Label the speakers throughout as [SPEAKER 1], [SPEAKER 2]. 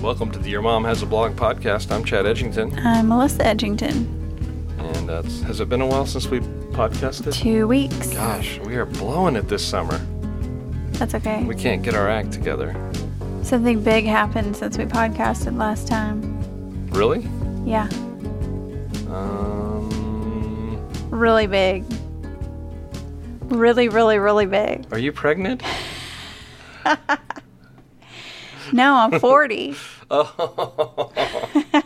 [SPEAKER 1] Welcome to the Your Mom Has a Blog podcast. I'm Chad Edgington,
[SPEAKER 2] I'm Uh, Melissa Edgington.
[SPEAKER 1] and that's, has it been a while since we podcasted?
[SPEAKER 2] Two weeks.
[SPEAKER 1] Gosh, we are blowing it this summer.
[SPEAKER 2] That's okay.
[SPEAKER 1] We can't get our act together.
[SPEAKER 2] Something big happened since we podcasted last time.
[SPEAKER 1] Really?
[SPEAKER 2] Yeah,
[SPEAKER 1] Um,
[SPEAKER 2] really big. Really, really, really big.
[SPEAKER 1] are you pregnant?
[SPEAKER 2] No, I'm 40.
[SPEAKER 1] Oh. I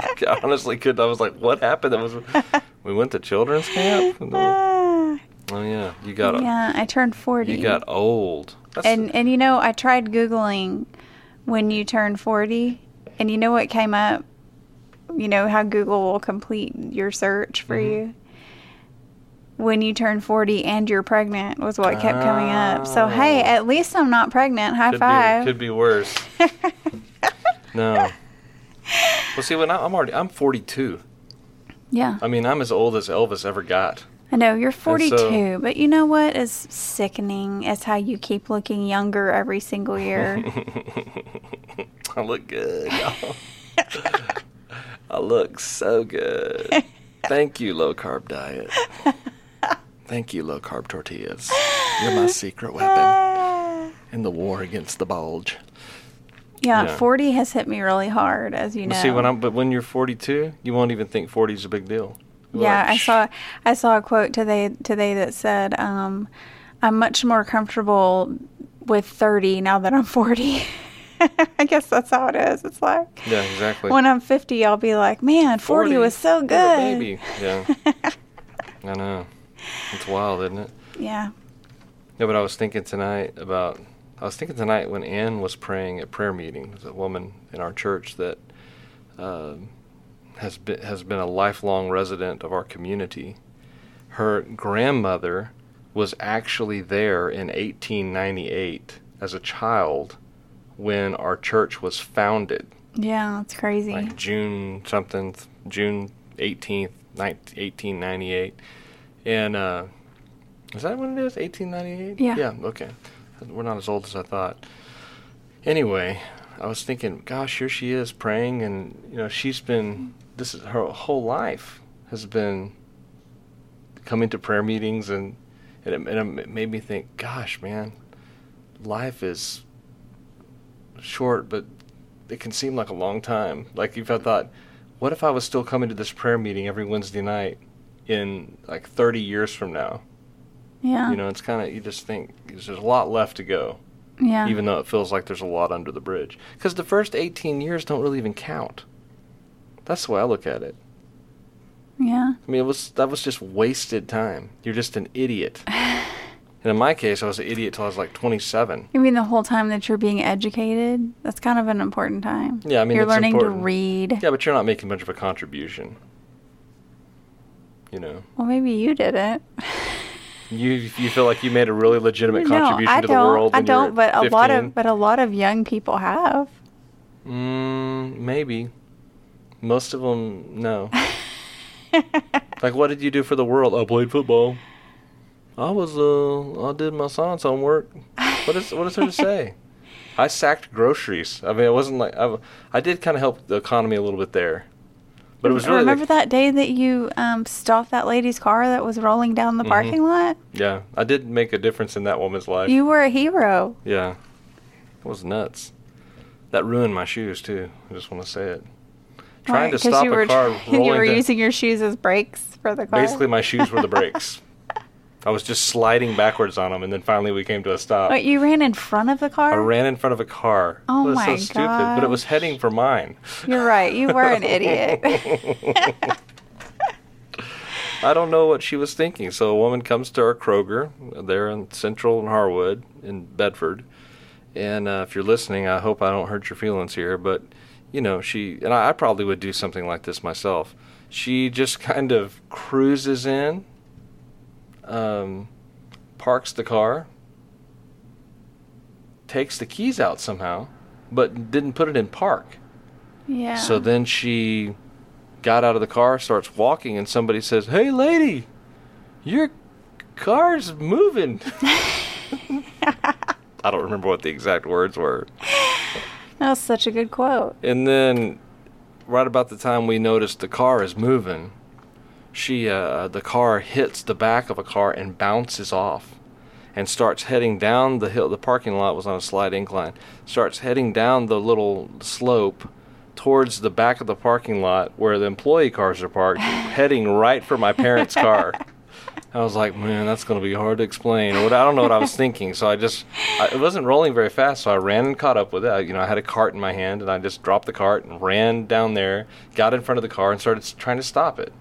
[SPEAKER 1] honestly could. I was like, what happened? That was we went to children's camp. And then-
[SPEAKER 2] Ah,
[SPEAKER 1] oh yeah, you got
[SPEAKER 2] yeah, I turned 40.
[SPEAKER 1] you got old. That's,
[SPEAKER 2] and and you know, I tried googling when you turn 40, and you know what came up? You know how Google will complete your search for
[SPEAKER 1] Mm-hmm.
[SPEAKER 2] you. When you turn 40 and you're pregnant was what kept coming up. So hey,
[SPEAKER 1] Oh.
[SPEAKER 2] at least I'm not pregnant. High
[SPEAKER 1] could
[SPEAKER 2] five.
[SPEAKER 1] be could be worse. no. Well, see, when I, I'm already I'm 42.
[SPEAKER 2] yeah.
[SPEAKER 1] I mean, I'm as old as Elvis ever got.
[SPEAKER 2] I know you're 42,
[SPEAKER 1] Um, so-
[SPEAKER 2] but you know what is sickening is how you keep looking younger every single year.
[SPEAKER 1] I look good. y'all. I look so good. Thank you, low carb diet. Thank you, low carb tortillas. You're my secret weapon
[SPEAKER 2] yeah,
[SPEAKER 1] in the war against the bulge. Yeah.
[SPEAKER 2] 40 has hit me really hard, as you know.
[SPEAKER 1] See, when I'm but when you're 42, you won't even think 40 is a big deal. You're
[SPEAKER 2] Yeah,
[SPEAKER 1] like,
[SPEAKER 2] I
[SPEAKER 1] "Shh,
[SPEAKER 2] saw I saw a quote today today that said, um, "I'm much more comfortable with 30 now that I'm 40." I guess that's how it is. It's like
[SPEAKER 1] Yeah, exactly.
[SPEAKER 2] when I'm 50, I'll be like, "Man, 40, was so
[SPEAKER 1] you're a
[SPEAKER 2] good."
[SPEAKER 1] Baby. Yeah. I know. It's wild, isn't it?
[SPEAKER 2] Yeah.
[SPEAKER 1] No, but I was thinking tonight about. I was thinking tonight when Ann was praying at prayer meeting. There's a woman in our church that um, has been has been a lifelong resident of our community. Her grandmother was actually there in 1898 as a child when our church was founded,
[SPEAKER 2] Yeah, it's crazy.
[SPEAKER 1] like June something, June 18th, 19, 1898, and. Uh, is that what it is? 1898?
[SPEAKER 2] Yeah.
[SPEAKER 1] Yeah, okay. We're not as old as I thought. Anyway, I was thinking, gosh, here she is praying, and, you know, she's been, this is her whole life has been coming to prayer meetings, and, and, it, and it made me think, gosh, man, life is short, but it can seem like a long time. Like, if I thought, what if I was still coming to this prayer meeting every Wednesday night in like 30 years from now?
[SPEAKER 2] yeah.
[SPEAKER 1] You know, it's kind of you just think there's a lot left to go,
[SPEAKER 2] yeah.
[SPEAKER 1] even though it feels like there's a lot under the bridge. Because the first 18 years don't really even count. That's the way I look at it.
[SPEAKER 2] yeah.
[SPEAKER 1] I mean, it was that was just wasted time. You're just an idiot. and in my case, I was an idiot till I was like 27.
[SPEAKER 2] You mean the whole time that you're being educated? That's kind of an important time.
[SPEAKER 1] Yeah, I mean,
[SPEAKER 2] you're
[SPEAKER 1] it's
[SPEAKER 2] learning
[SPEAKER 1] important.
[SPEAKER 2] to read.
[SPEAKER 1] Yeah, but you're not making much of a contribution. You know,
[SPEAKER 2] Well, maybe you did it.
[SPEAKER 1] you you feel like you made a really legitimate contribution
[SPEAKER 2] I
[SPEAKER 1] to the
[SPEAKER 2] don't.
[SPEAKER 1] world.
[SPEAKER 2] I
[SPEAKER 1] when you were
[SPEAKER 2] don't. But a lot
[SPEAKER 1] 15.
[SPEAKER 2] of but a lot of young people have.
[SPEAKER 1] Mm, maybe. Most of them, no. like, what did you do for the world? I played football. I was, uh, I did my science homework. What is, what is there to say? I sacked groceries. I mean, it wasn't like I, I did kind of help the economy a little bit there, but it was really
[SPEAKER 2] Mm, remember
[SPEAKER 1] like,
[SPEAKER 2] that day that you um, stopped that lady's car that was rolling down the
[SPEAKER 1] Mm-hmm.
[SPEAKER 2] parking lot.
[SPEAKER 1] yeah, I did make a difference in that woman's life.
[SPEAKER 2] You were a hero.
[SPEAKER 1] Yeah. It was nuts. That ruined my shoes too. I just want to say it. Trying
[SPEAKER 2] Right,
[SPEAKER 1] to
[SPEAKER 2] 'cause
[SPEAKER 1] stop
[SPEAKER 2] you
[SPEAKER 1] a
[SPEAKER 2] were
[SPEAKER 1] car
[SPEAKER 2] trying-
[SPEAKER 1] rolling
[SPEAKER 2] You were
[SPEAKER 1] down-
[SPEAKER 2] using your shoes as brakes for the car.
[SPEAKER 1] Basically, my shoes were the brakes. I was just sliding backwards on them, and then finally we came to a stop.
[SPEAKER 2] Wait, you ran in front of the car.
[SPEAKER 1] I ran in front of uh, a car.
[SPEAKER 2] Oh
[SPEAKER 1] it was so
[SPEAKER 2] my
[SPEAKER 1] stupid, but it was heading for mine.
[SPEAKER 2] You're right. You were an idiot.
[SPEAKER 1] I don't know what she was thinking. So a woman comes to our Kroger there in Central and Harwood in Bedford. And uh, if you're listening, I hope I don't hurt your feelings here, but you know she and I, I probably would do something like this myself. She just kind of cruises in, um, parks the car, takes the keys out somehow, but didn't put it in park.
[SPEAKER 2] Yeah.
[SPEAKER 1] So then she got out of the car, starts walking, and somebody says, Hey, lady, your car's moving. I don't remember what the exact words were.
[SPEAKER 2] That's such a good quote.
[SPEAKER 1] And then, right about the time we noticed the car is moving, she uh, the car hits the back of a car and bounces off, and starts heading down the hill. The parking lot was on a slight incline. Starts heading down the little slope towards the back of the parking lot where the employee cars are parked, heading right for my parents' car. I was like, man, that's going to be hard to explain. What I don't know what I was thinking, so I just I, it wasn't rolling very fast, so I ran and caught up with it. You know, I had a cart in my hand, and I just dropped the cart and ran down there, got in front of the car, and started s- trying to stop it,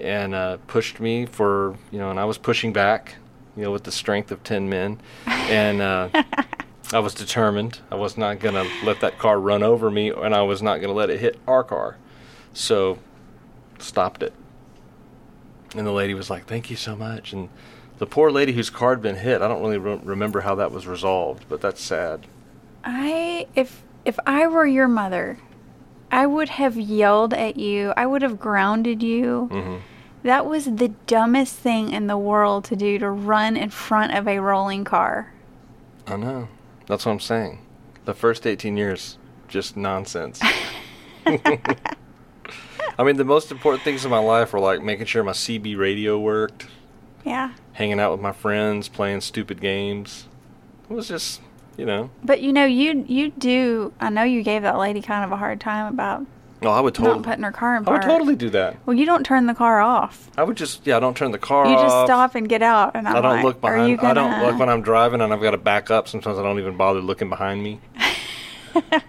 [SPEAKER 1] and uh, pushed me for you know, and I was pushing back, you know, with the strength of ten men, and. Uh, I was determined. I was not going to let that car run over me, and I was not going to let it hit our car. So, stopped it. And the lady was like, "Thank you so much." And the poor lady whose car had been hit. I don't really re- remember how that was resolved, but that's sad.
[SPEAKER 2] I if if I were your mother, I would have yelled at you. I would have grounded you.
[SPEAKER 1] Mhm.
[SPEAKER 2] That was the dumbest thing in the world to do to run in front of a rolling car.
[SPEAKER 1] I know. That's what I'm saying. The first 18 years, just nonsense. I mean, the most important things in my life were like making sure my CB radio worked,
[SPEAKER 2] Yeah.
[SPEAKER 1] hanging out with my friends, playing stupid games. It was just, you know.
[SPEAKER 2] But you know, you you do I know you gave that lady kind of a hard time about
[SPEAKER 1] No, Oh, I would
[SPEAKER 2] not
[SPEAKER 1] totally.
[SPEAKER 2] putting her car in
[SPEAKER 1] I would
[SPEAKER 2] park.
[SPEAKER 1] totally do that.
[SPEAKER 2] Well, you don't turn the car off.
[SPEAKER 1] I would just, yeah, I don't turn the car
[SPEAKER 2] You just
[SPEAKER 1] off.
[SPEAKER 2] stop and get out and I'm
[SPEAKER 1] I don't
[SPEAKER 2] like,
[SPEAKER 1] look
[SPEAKER 2] Are you
[SPEAKER 1] behind.
[SPEAKER 2] gonna
[SPEAKER 1] I don't look when I'm driving, and I've got to back up. Sometimes I don't even bother looking behind me.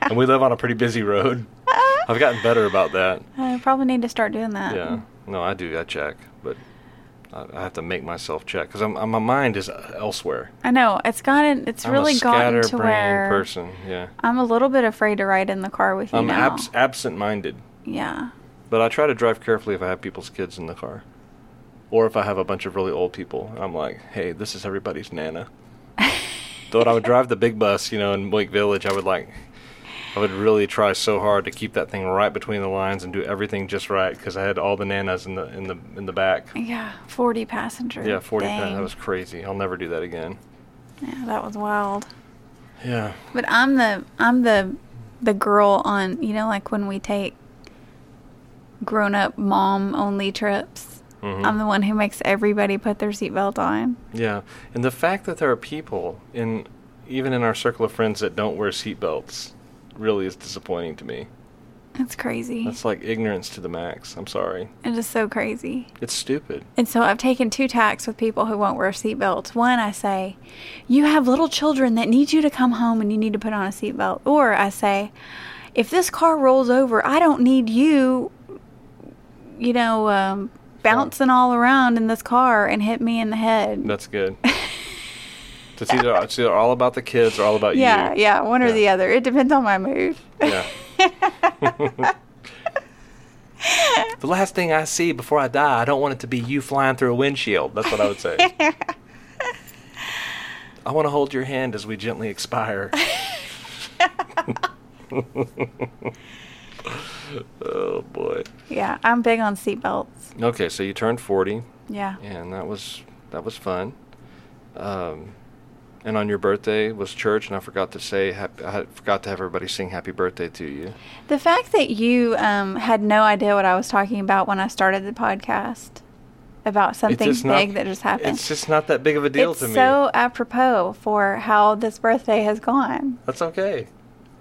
[SPEAKER 1] and we live on a pretty busy road. I've gotten better about that.
[SPEAKER 2] I probably need to start doing that.
[SPEAKER 1] Yeah. No, I do. I check, but I, I have to make myself check because my mind is elsewhere.
[SPEAKER 2] I know. It's gotten it's really
[SPEAKER 1] I'm a
[SPEAKER 2] gotten to
[SPEAKER 1] scatterbrained
[SPEAKER 2] where
[SPEAKER 1] person. Yeah.
[SPEAKER 2] I'm a little bit afraid to ride in the car with you
[SPEAKER 1] I'm
[SPEAKER 2] now.
[SPEAKER 1] abs- absent-minded,
[SPEAKER 2] yeah.
[SPEAKER 1] but I try to drive carefully if I have people's kids in the car, or if I have a bunch of really old people. I'm like, hey, this is everybody's nana. Though when I would drive the big bus, you know, in Lake Village, I would like, I would really try so hard to keep that thing right between the lines and do everything just right because I had all the nanas in the in the in the back.
[SPEAKER 2] Yeah. Forty passengers.
[SPEAKER 1] Yeah, forty pounds. That
[SPEAKER 2] Dang.
[SPEAKER 1] was crazy. I'll never do that again.
[SPEAKER 2] Yeah, that was wild.
[SPEAKER 1] Yeah.
[SPEAKER 2] But I'm the I'm the the girl on you know like when we take grown up mom only trips.
[SPEAKER 1] Mhm.
[SPEAKER 2] I'm the one who makes everybody put their seatbelt on.
[SPEAKER 1] Yeah, and the fact that there are people in even in our circle of friends that don't wear seatbelts really is disappointing to me.
[SPEAKER 2] It's crazy.
[SPEAKER 1] That's like ignorance to the max. I'm sorry.
[SPEAKER 2] it is so crazy.
[SPEAKER 1] It's stupid.
[SPEAKER 2] And so I've taken two tacks with people who won't wear seatbelts. One, I say, You have little children that need you to come home and you need to put on a seatbelt. Or I say, If this car rolls over, I don't need you, you know, um, bouncing all around in this car and hit me in the head.
[SPEAKER 1] That's good. it's, either, it's either all about the kids or all about
[SPEAKER 2] yeah,
[SPEAKER 1] you.
[SPEAKER 2] yeah, one or
[SPEAKER 1] Yeah.
[SPEAKER 2] the other. It depends on my mood.
[SPEAKER 1] Yeah. the last thing I see before I die, I don't want it to be you flying through a windshield. That's what I would say. I want to hold your hand as we gently expire. oh boy.
[SPEAKER 2] yeah, I'm big on seatbelts.
[SPEAKER 1] Okay, so you turned 40
[SPEAKER 2] Yeah.
[SPEAKER 1] and that was that was fun. Um and on your birthday was church, and I forgot to say, hap- I had- forgot to have everybody sing happy birthday to you.
[SPEAKER 2] The fact that you um, had no idea what I was talking about when I started the podcast about something
[SPEAKER 1] just
[SPEAKER 2] big
[SPEAKER 1] not-
[SPEAKER 2] that just happened.
[SPEAKER 1] It's just not that big of a deal
[SPEAKER 2] It's
[SPEAKER 1] to me.
[SPEAKER 2] so apropos for how this birthday has gone.
[SPEAKER 1] That's okay.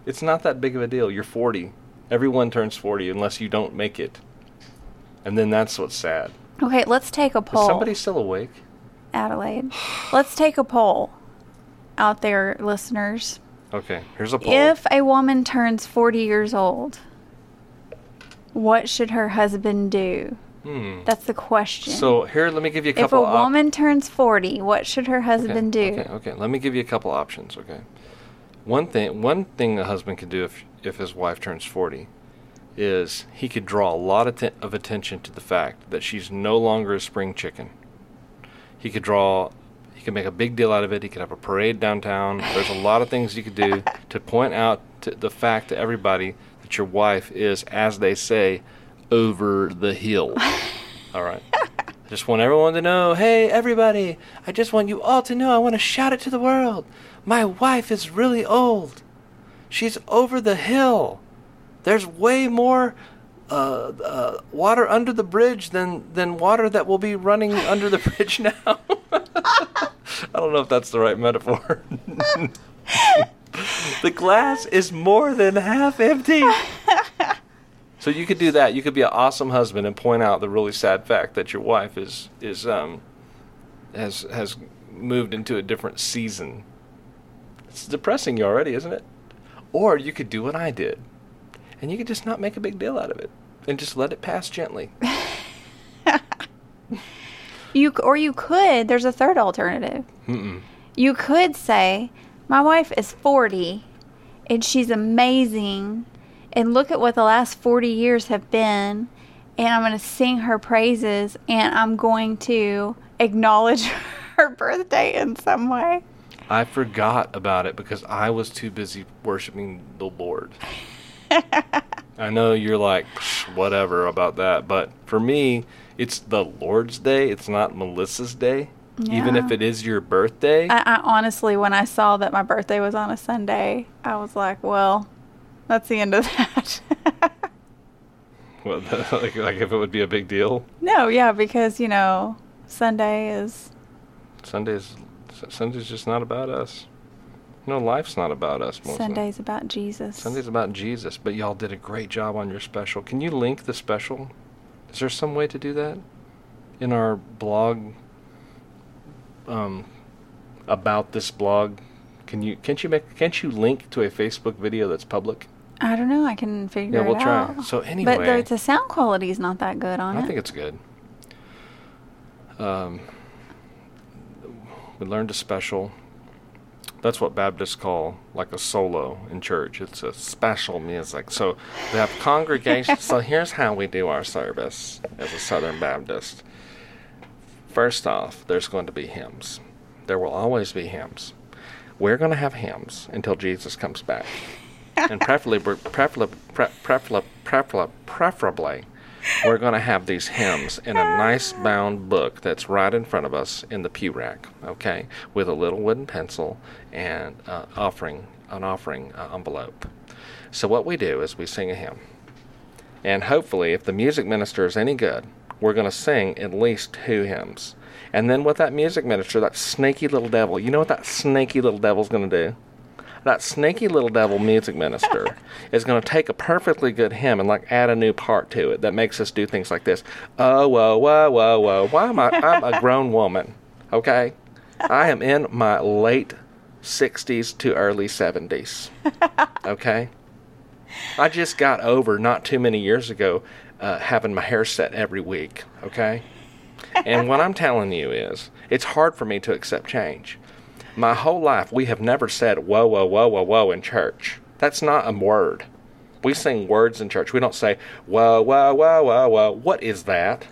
[SPEAKER 1] It's not that big of a deal. You're 40. Everyone turns 40 unless you don't make it. And then that's what's sad.
[SPEAKER 2] Okay, let's take a
[SPEAKER 1] Is
[SPEAKER 2] poll,
[SPEAKER 1] somebody still awake?
[SPEAKER 2] Adelaide. Let's take a poll out there, listeners.
[SPEAKER 1] Okay, here's a poll.
[SPEAKER 2] If a woman turns 40 years old, what should her husband do?
[SPEAKER 1] hmm.
[SPEAKER 2] That's the question.
[SPEAKER 1] So here, let me give you a
[SPEAKER 2] if
[SPEAKER 1] couple
[SPEAKER 2] a
[SPEAKER 1] op-
[SPEAKER 2] woman turns 40, what should her
[SPEAKER 1] Okay,
[SPEAKER 2] husband do?
[SPEAKER 1] Okay, okay, let me give you a couple options. Okay, one thing one thing a husband could do if if his wife turns forty is he could draw a lot of, atten- of attention to the fact that she's no longer a spring chicken. He could draw. He could make a big deal out of it. He could have a parade downtown. There's a lot of things you could do to point out to the fact to everybody that your wife is, as they say, over the hill. All right. I just want everyone to know, hey everybody, I just want you all to know I want to shout it to the world. My wife is really old. She's over the hill. There's way more uh, uh, water under the bridge than than water that will be running under the bridge now. I don't know if that's the right metaphor. the glass is more than half empty. So you could do that. You could be an awesome husband and point out the really sad fact that your wife is is um has has moved into a different season. It's depressing you already, isn't it? Or you could do what I did. And you could just not make a big deal out of it and just let it pass gently.
[SPEAKER 2] You c- or you could. There's a third alternative.
[SPEAKER 1] Mm-mm.
[SPEAKER 2] You could say, "My wife is 40, and she's amazing, and look at what the last 40 years have been, and I'm going to sing her praises, and I'm going to acknowledge her birthday in some way."
[SPEAKER 1] I forgot about it because I was too busy worshiping the Lord. I know you're like, "Psh, whatever about that, but for me, it's the Lord's day. It's not Melissa's day. Even
[SPEAKER 2] Yeah.
[SPEAKER 1] if it is your birthday,
[SPEAKER 2] I, I honestly, when I saw that my birthday was on a Sunday, I was like, "Well, that's the end of that."
[SPEAKER 1] well, like, like if it would be a big deal,
[SPEAKER 2] no, yeah, because you know, Sunday is
[SPEAKER 1] Sunday's S- Sunday's just not about us. No, life's not about us. Melissa.
[SPEAKER 2] Sunday's about Jesus.
[SPEAKER 1] Sunday's about Jesus. But y'all did a great job on your special. Can you link the special? Is there some way to do that in our blog? Um, about this blog, can you can't you make can't you link to a Facebook video that's public?
[SPEAKER 2] I don't know. I can figure
[SPEAKER 1] Yeah, we'll
[SPEAKER 2] it
[SPEAKER 1] try.
[SPEAKER 2] out.
[SPEAKER 1] So
[SPEAKER 2] but the,
[SPEAKER 1] anyway-
[SPEAKER 2] the sound quality is not that good on
[SPEAKER 1] I
[SPEAKER 2] it.
[SPEAKER 1] think it's good. Um, we learned a special. That's what Baptists call like a solo in church. It's a special music. So we have congregation. so here's how we do our service as a Southern Baptist. First off, there's going to be hymns. There will always be hymns. We're going to have hymns until Jesus comes back, and preferably, preferably, pre- preferably, preferably, preferably, we're going to have these hymns in a nice bound book that's right in front of us in the pew rack, okay, with a little wooden pencil and uh, offering an offering uh, envelope. So what we do is we sing a hymn, and hopefully, if the music minister is any good, we're going to sing at least two hymns. And then with that music minister, that snaky little devil, you know what that snaky little devil's going to do? That snaky little devil music minister is going to take a perfectly good hymn and like add a new part to it that makes us do things like this. Oh, whoa, whoa, whoa, whoa. Why am I? I'm a grown woman, okay? I am in my late 60s to early 70s, okay? I just got over not too many years ago uh, having my hair set every week, okay? And what I'm telling you is, it's hard for me to accept change. My whole life, we have never said, whoa, whoa, whoa, whoa, whoa in church. That's not a word. We sing words in church. We don't say, whoa, whoa, whoa, whoa, whoa. What is that?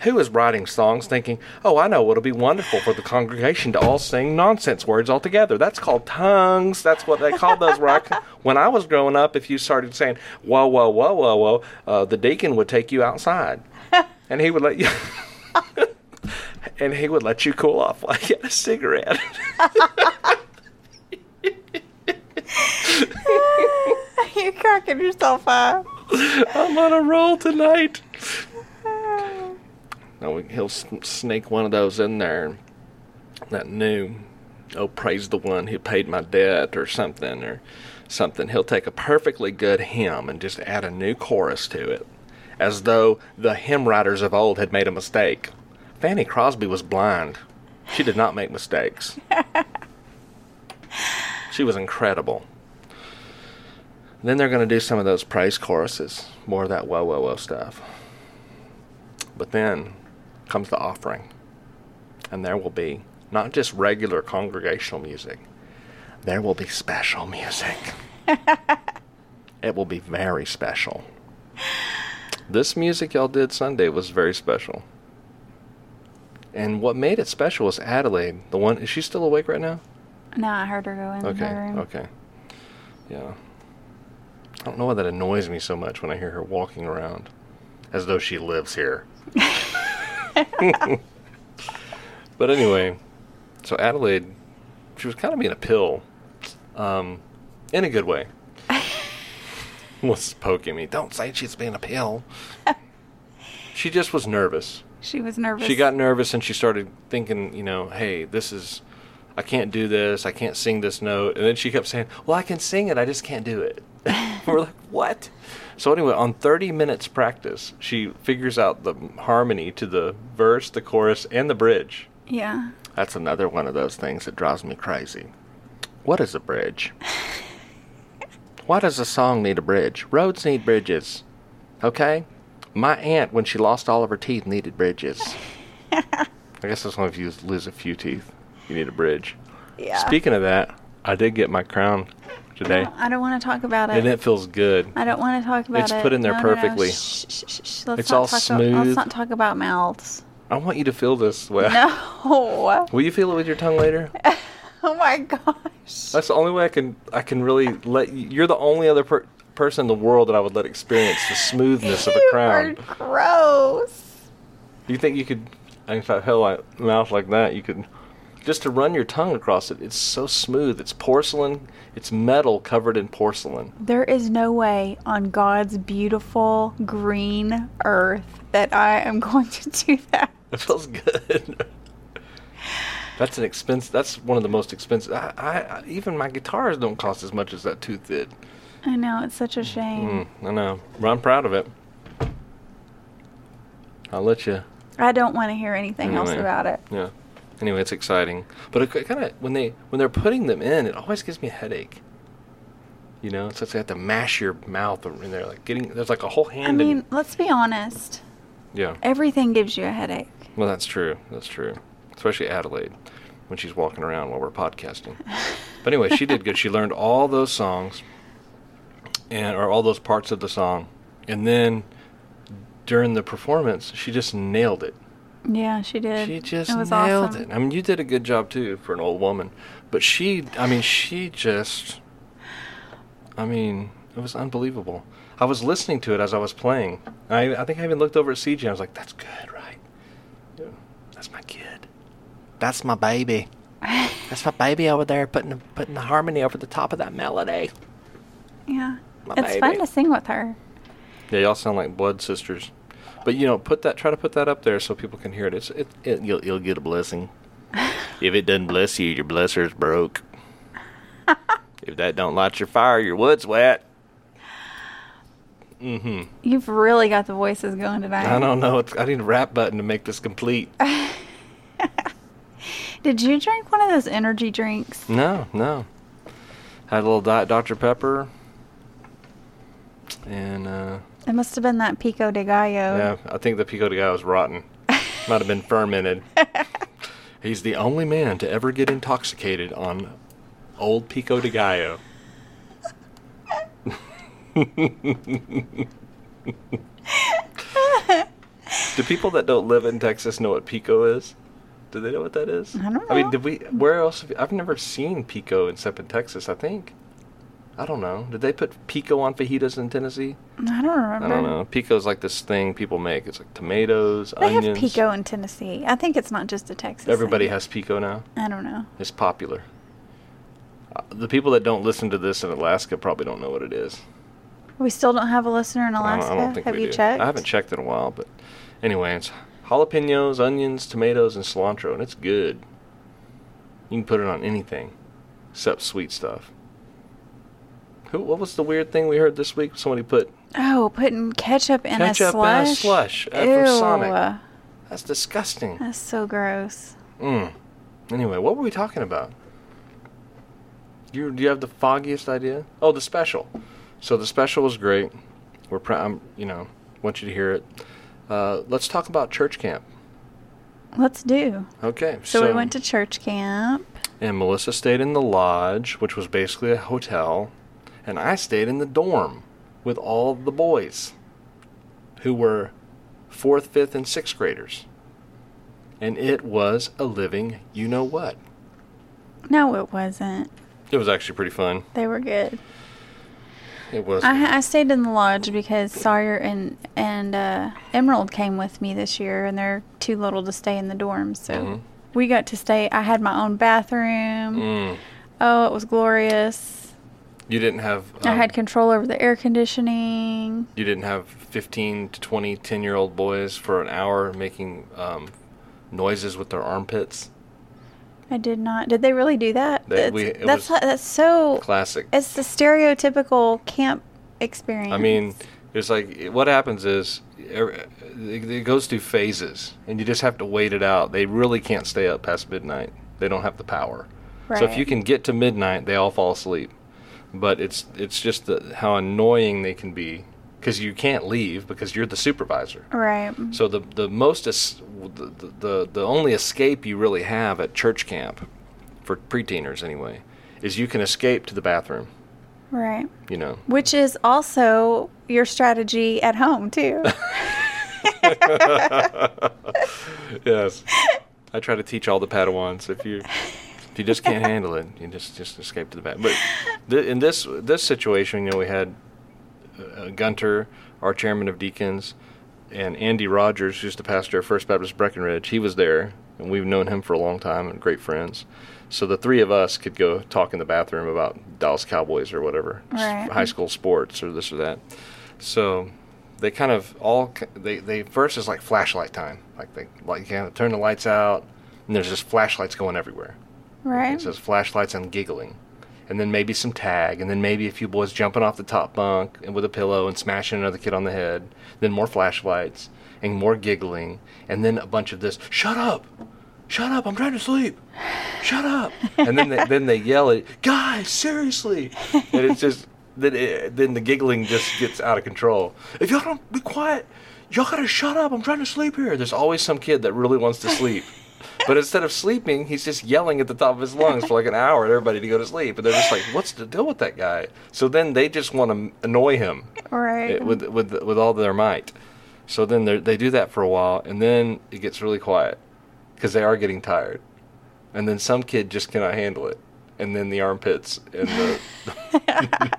[SPEAKER 1] Who is writing songs thinking, oh, I know what'll be wonderful for the congregation to all sing nonsense words all together? That's called tongues. That's what they called those. Where I c when I was growing up, if you started saying, whoa, whoa, whoa, whoa, whoa, uh, the deacon would take you outside and he would let you. and he would let you cool off while you had a cigarette.
[SPEAKER 2] You're cracking yourself up.
[SPEAKER 1] I'm on a roll tonight. No, we- he'll s- sneak one of those in there. That new, oh, praise the one who paid my debt or something or something. He'll take a perfectly good hymn and just add a new chorus to it, as though the hymn writers of old had made a mistake. Fanny Crosby was blind. She did not make mistakes. she was incredible. Then they're going to do some of those praise choruses, more of that whoa, whoa, whoa stuff. But then comes the offering. And there will be not just regular congregational music, there will be special music. it will be very special. This music y'all did Sunday was very special. And what made it special was Adelaide, the one. Is she still awake right now?
[SPEAKER 2] No, I heard her go in
[SPEAKER 1] Okay.
[SPEAKER 2] the room.
[SPEAKER 1] Okay. Yeah. I don't know why that annoys me so much when I hear her walking around, as though she lives here. but anyway, so Adelaide, she was kind of being a pill, um, in a good way. was poking me. Don't say she's being a pill. she just was nervous.
[SPEAKER 2] She was nervous.
[SPEAKER 1] She got nervous and she started thinking, you know, hey, this is, I can't do this. I can't sing this note. And then she kept saying, well, I can sing it. I just can't do it. We're like, what? So anyway, on 30 minutes practice, she figures out the harmony to the verse, the chorus, and the bridge.
[SPEAKER 2] Yeah.
[SPEAKER 1] That's another one of those things that drives me crazy. What is a bridge? Why does a song need a bridge? Roads need bridges. Okay? My aunt, when she lost all of her teeth, needed bridges. I guess that's only if you lose a few teeth. You need a bridge.
[SPEAKER 2] Yeah.
[SPEAKER 1] Speaking of that, I did get my crown today,
[SPEAKER 2] I don't want to talk about it.
[SPEAKER 1] and it feels good.
[SPEAKER 2] I don't want to talk about
[SPEAKER 1] It's
[SPEAKER 2] it.
[SPEAKER 1] put in there
[SPEAKER 2] No, no, no.
[SPEAKER 1] perfectly.
[SPEAKER 2] Shh, shh, shh, shh. Let's
[SPEAKER 1] It's
[SPEAKER 2] not
[SPEAKER 1] all
[SPEAKER 2] talk About,
[SPEAKER 1] smooth.
[SPEAKER 2] let's not talk about mouths.
[SPEAKER 1] I want you to feel this way.
[SPEAKER 2] No.
[SPEAKER 1] Will you feel it with your tongue later?
[SPEAKER 2] Oh my gosh.
[SPEAKER 1] That's the only way I can I can really let you. You're the only other per- person in the world that I would let experience the smoothness of a
[SPEAKER 2] You
[SPEAKER 1] crown.
[SPEAKER 2] are gross.
[SPEAKER 1] Do you think you could? If I held my mouth like that, you could just to run your tongue across it. It's so smooth. It's porcelain. It's metal covered in porcelain.
[SPEAKER 2] There is no way on God's beautiful green earth that I am going to do that.
[SPEAKER 1] It feels good. that's an expense. That's one of the most expensive. I, I I- even my guitars don't cost as much as that tooth did.
[SPEAKER 2] I know it's such a shame.
[SPEAKER 1] Mm, I know. Well, I'm proud of it. I'll let you.
[SPEAKER 2] I don't want to hear anything else
[SPEAKER 1] Hmm. Anyway.
[SPEAKER 2] about it.
[SPEAKER 1] Yeah. Anyway, it's exciting, but it kind of when they when they're putting them in, it always gives me a headache. You know, it's like they have to mash your mouth in there, like getting there's like a whole hand.
[SPEAKER 2] I mean,
[SPEAKER 1] in,
[SPEAKER 2] let's be honest.
[SPEAKER 1] yeah.
[SPEAKER 2] Everything gives you a headache.
[SPEAKER 1] Well, that's true. That's true. Especially Adelaide when she's walking around while we're podcasting. but anyway, she did good. She learned all those songs and or all those parts of the song, and then during the performance, she just nailed it.
[SPEAKER 2] Yeah, she did.
[SPEAKER 1] She just
[SPEAKER 2] it was
[SPEAKER 1] nailed
[SPEAKER 2] awesome.
[SPEAKER 1] it. I mean, you did a good job too for an old woman, but she, I mean, she just, I mean, it was unbelievable. I was listening to it as I was playing. I, I think I even looked over at CJ. I was like, "That's good, right? Yeah. That's my kid. That's my baby. That's my baby over there putting the, putting the harmony over the top of that melody."
[SPEAKER 2] Yeah.
[SPEAKER 1] My
[SPEAKER 2] it's
[SPEAKER 1] baby.
[SPEAKER 2] fun to sing with her.
[SPEAKER 1] Yeah, y'all sound like blood sisters. But you know, put that try to put that up there so people can hear it. It's it, it you'll you'll get a blessing. if it doesn't bless you, your blesser's broke. if that don't light your fire, your wood's wet.
[SPEAKER 2] You've really got the voices going tonight.
[SPEAKER 1] I don't know. It's, I need a rap button to make this complete.
[SPEAKER 2] Did you drink one of those energy drinks?
[SPEAKER 1] No, no. Had a little diet Dr Pepper, and uh,
[SPEAKER 2] It must have been that pico de gallo.
[SPEAKER 1] yeah, I think the pico de gallo was rotten. Might have been fermented. He's the only man to ever get intoxicated on old pico de gallo. do people that don't live in Texas know what pico is? Do they know what that is?
[SPEAKER 2] I don't
[SPEAKER 1] I mean,
[SPEAKER 2] know.
[SPEAKER 1] did we? Where else? Have, I've never seen pico except in Texas. I think. I don't know. Did they put pico on fajitas in Tennessee?
[SPEAKER 2] I don't remember.
[SPEAKER 1] I don't know. Pico's like this thing people make. It's like tomatoes,
[SPEAKER 2] They
[SPEAKER 1] onions.
[SPEAKER 2] have pico in Tennessee. I think it's not just a Texas. thing.
[SPEAKER 1] Everybody has pico now.
[SPEAKER 2] I don't know.
[SPEAKER 1] It's popular. Uh, the people that don't listen to this in Alaska probably don't know what it is.
[SPEAKER 2] We still don't have a listener in
[SPEAKER 1] I don't-
[SPEAKER 2] Alaska.
[SPEAKER 1] I don't think
[SPEAKER 2] have
[SPEAKER 1] we
[SPEAKER 2] you
[SPEAKER 1] do.
[SPEAKER 2] checked?
[SPEAKER 1] I haven't checked in a while, but anyway, it's jalapenos, onions, tomatoes, and cilantro, and it's good. You can put it on anything, except sweet stuff. Who? What was the weird thing we heard this week? Somebody put
[SPEAKER 2] Oh, putting ketchup in a
[SPEAKER 1] Ketchup in a
[SPEAKER 2] slush.
[SPEAKER 1] slush, uh, from
[SPEAKER 2] Ew.
[SPEAKER 1] Sonic. that's disgusting.
[SPEAKER 2] That's so gross.
[SPEAKER 1] Mm. Anyway, what were we talking about? You do you have the foggiest idea? Oh, the special. So the special was great. We're pr- I'm, you know want you to hear it. Uh, let's talk about church camp.
[SPEAKER 2] Let's do.
[SPEAKER 1] Okay.
[SPEAKER 2] So, we went to church camp.
[SPEAKER 1] and Melissa stayed in the lodge, which was basically a hotel, and I stayed in the dorm with all the boys who were fourth, fifth, and sixth graders. And it was a living you know what.
[SPEAKER 2] No, it wasn't.
[SPEAKER 1] It was actually pretty fun.
[SPEAKER 2] They were good.
[SPEAKER 1] It was.
[SPEAKER 2] I, I stayed in the lodge because Sawyer and and uh, Emerald came with me this year, and they're too little to stay in the dorms, so
[SPEAKER 1] Mm-hmm.
[SPEAKER 2] we got to stay. I had my own bathroom.
[SPEAKER 1] Mm.
[SPEAKER 2] Oh, it was glorious.
[SPEAKER 1] You didn't have.
[SPEAKER 2] I
[SPEAKER 1] um,
[SPEAKER 2] had control over the air conditioning.
[SPEAKER 1] you didn't have 15 to 20 10 year old boys for an hour making um, noises with their armpits
[SPEAKER 2] I did not. Did they really do that?
[SPEAKER 1] They-
[SPEAKER 2] that's
[SPEAKER 1] we- it
[SPEAKER 2] that's,
[SPEAKER 1] was-
[SPEAKER 2] that's so.
[SPEAKER 1] classic
[SPEAKER 2] It's the stereotypical camp experience.
[SPEAKER 1] i mean it's like what happens is er- it it goes through phases and you just have to wait it out they really can't stay up past midnight they don't have the power so if
[SPEAKER 2] Right.
[SPEAKER 1] you can get to midnight they all fall asleep but it's it's just the, how annoying they can be because you can't leave because you're the supervisor
[SPEAKER 2] right?
[SPEAKER 1] So the the most es- the, the the only escape you really have at church camp for preteeners anyway is you can escape to the bathroom,
[SPEAKER 2] Right.
[SPEAKER 1] you know.
[SPEAKER 2] Which is also your strategy at home too.
[SPEAKER 1] Yes. I try to teach all the Padawans if you if you just can't handle it, you just just escape to the bathroom. But th- in this this situation, you know, we had uh, Gunter, our chairman of deacons, and Andy Rogers, who's the pastor of First Baptist Breckenridge, he was there, and we've known him for a long time and great friends. So the three of us could go talk in the bathroom about Dallas Cowboys or whatever, s-
[SPEAKER 2] Right.
[SPEAKER 1] high school sports or this or that. So they kind of all c- they they first is like flashlight time, like they like kind of turn the lights out, and there's just flashlights going everywhere.
[SPEAKER 2] right.
[SPEAKER 1] It says flashlights and giggling. And then maybe some tag, and then maybe a few boys jumping off the top bunk and with a pillow and smashing another kid on the head. Then more flashlights and more giggling, and then a bunch of this. Shut up! Shut up! I'm trying to sleep. Shut up! And then they, then they yell at guys. Seriously! And it's just then it, then the giggling just gets out of control. If y'all don't be quiet, y'all gotta shut up. I'm trying to sleep here. There's always some kid that really wants to sleep. But instead of sleeping, he's just yelling at the top of his lungs for like an hour at everybody to go to sleep. And they're just like, "What's the deal with that guy?" So then they just want to annoy him
[SPEAKER 2] right.
[SPEAKER 1] eh, with with with all their might. So then they're- they do that for a while, and then it gets really quiet because they are getting tired. And then some kid just cannot handle it, and then the armpits and the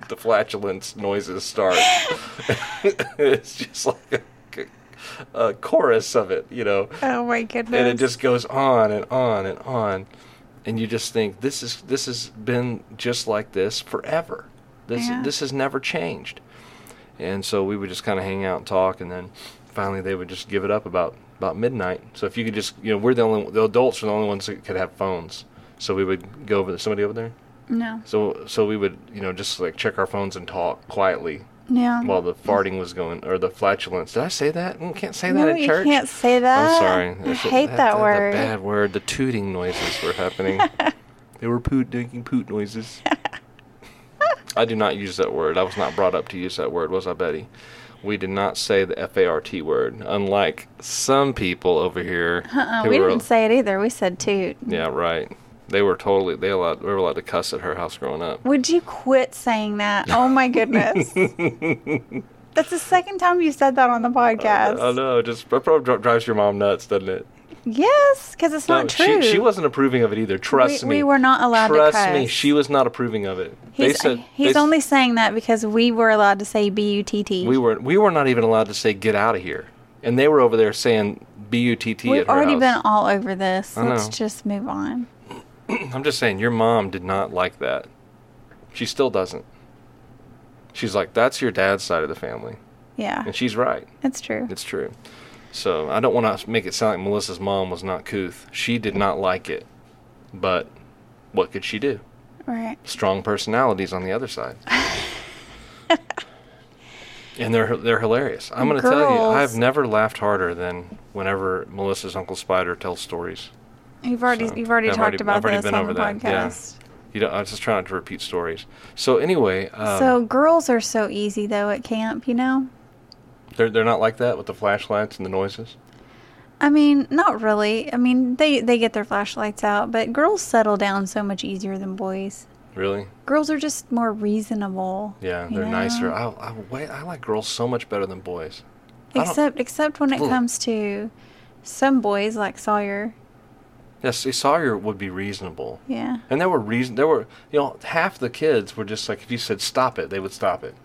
[SPEAKER 1] the flatulence noises start. it's just like a, a chorus of it, you know
[SPEAKER 2] oh my goodness.
[SPEAKER 1] and it just goes on and on and on and you just think this is this has been just like this forever this
[SPEAKER 2] Yeah.
[SPEAKER 1] this has never changed and so we would just kind of hang out and talk and then finally they would just give it up about about midnight so if you could just you know we're the only the adults are the only ones that could have phones so we would go over there somebody over there
[SPEAKER 2] no.
[SPEAKER 1] so so we would you know just like check our phones and talk quietly
[SPEAKER 2] Yeah.
[SPEAKER 1] while the farting was going or the flatulence did i say that Mm, can't say
[SPEAKER 2] no,
[SPEAKER 1] that in
[SPEAKER 2] you
[SPEAKER 1] church
[SPEAKER 2] can't say that.
[SPEAKER 1] I'm sorry.
[SPEAKER 2] I
[SPEAKER 1] That's a-
[SPEAKER 2] hate that,
[SPEAKER 1] that's a
[SPEAKER 2] word.
[SPEAKER 1] bad word. The tooting noises were happening. they were poot making poot noises. I do not use that word. I was not brought up to use that word, was I, Betty? We did not say the F A R T word, unlike some people over here.
[SPEAKER 2] Uh,
[SPEAKER 1] who
[SPEAKER 2] we
[SPEAKER 1] were-
[SPEAKER 2] didn't say it either. We said toot.
[SPEAKER 1] Yeah, right. They were totally. They allowed. We were allowed to cuss at her house growing up.
[SPEAKER 2] Would you quit saying that? Oh my goodness. That's the second time you said that on the podcast.
[SPEAKER 1] I know. Just it probably dri- drives your mom nuts, doesn't it?
[SPEAKER 2] Yes, because it's
[SPEAKER 1] No,
[SPEAKER 2] not true.
[SPEAKER 1] She, she wasn't approving of it either. Trust
[SPEAKER 2] We-
[SPEAKER 1] me.
[SPEAKER 2] we were not allowed to
[SPEAKER 1] Trust me,
[SPEAKER 2] cuss.
[SPEAKER 1] she was not approving of it.
[SPEAKER 2] He's,
[SPEAKER 1] they said
[SPEAKER 2] he's
[SPEAKER 1] they s-
[SPEAKER 2] only saying that because we were allowed to say B U T T.
[SPEAKER 1] We were we were not even allowed to say get out of here, and they were over there saying B U T T.
[SPEAKER 2] We've
[SPEAKER 1] at her
[SPEAKER 2] already
[SPEAKER 1] house.
[SPEAKER 2] been all over this.
[SPEAKER 1] I
[SPEAKER 2] Let's
[SPEAKER 1] know.
[SPEAKER 2] just move on.
[SPEAKER 1] I'm just saying, your mom did not like that. She still doesn't. She's like, that's your dad's side of the family,
[SPEAKER 2] Yeah,
[SPEAKER 1] and she's right.
[SPEAKER 2] it's true.
[SPEAKER 1] It's true. So I don't want to make it sound like Melissa's mom was not couth. She did not like it, but what could she do?
[SPEAKER 2] Right.
[SPEAKER 1] Strong personalities on the other side. And they're they're hilarious. I'm going to tell you,
[SPEAKER 2] Girls.
[SPEAKER 1] I've never laughed harder than whenever Melissa's uncle Spider tells stories.
[SPEAKER 2] You've already
[SPEAKER 1] So,
[SPEAKER 2] you've already
[SPEAKER 1] I've
[SPEAKER 2] talked
[SPEAKER 1] already-
[SPEAKER 2] about
[SPEAKER 1] I've already
[SPEAKER 2] this
[SPEAKER 1] been
[SPEAKER 2] on
[SPEAKER 1] over
[SPEAKER 2] the
[SPEAKER 1] that, yeah.
[SPEAKER 2] podcast.
[SPEAKER 1] You know, I was just trying not to repeat stories. So anyway, um,
[SPEAKER 2] so girls are so easy though at camp, you know.
[SPEAKER 1] they're they're not like that with the flashlights and the noises.
[SPEAKER 2] I mean, not really. I mean, they they get their flashlights out, but girls settle down so much easier than boys.
[SPEAKER 1] Really?
[SPEAKER 2] Girls are just more reasonable.
[SPEAKER 1] Yeah,
[SPEAKER 2] you
[SPEAKER 1] they're
[SPEAKER 2] know?
[SPEAKER 1] nicer. I I, wait, I like girls so much better than boys. I don't-
[SPEAKER 2] Except except when it
[SPEAKER 1] Ugh.
[SPEAKER 2] comes to some boys like Sawyer.
[SPEAKER 1] Yes, see, Sawyer would be reasonable.
[SPEAKER 2] Yeah.
[SPEAKER 1] And there were reason there were you know half the kids were just like if you said stop it, they would stop it.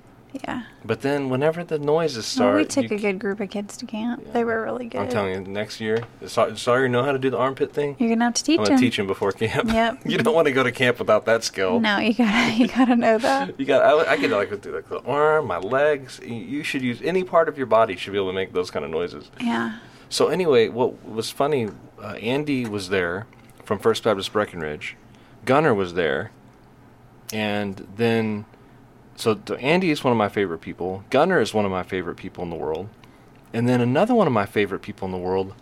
[SPEAKER 2] Yeah.
[SPEAKER 1] But then whenever the noises start,
[SPEAKER 2] Well, we took
[SPEAKER 1] you
[SPEAKER 2] a good group of kids to camp.
[SPEAKER 1] Yeah.
[SPEAKER 2] They were really good.
[SPEAKER 1] I'm telling you, next year, Sa- Sawyer know how to do the armpit thing.
[SPEAKER 2] You're gonna have to teach
[SPEAKER 1] I'm
[SPEAKER 2] them.
[SPEAKER 1] gonna teach him before camp.
[SPEAKER 2] Yep.
[SPEAKER 1] you don't want to go to camp without that skill.
[SPEAKER 2] No, you gotta you gotta know that.
[SPEAKER 1] You got. I, I could like do like the arm, my legs. You- You should use any part of your body should be able to make those kind of noises.
[SPEAKER 2] Yeah.
[SPEAKER 1] So anyway, what was funny? Uh, Andy was there from First Baptist Breckenridge. Gunner was there, and then so th- Andy is one of my favorite people. Gunner is one of my favorite people in the world, and then another one of my favorite people in the world,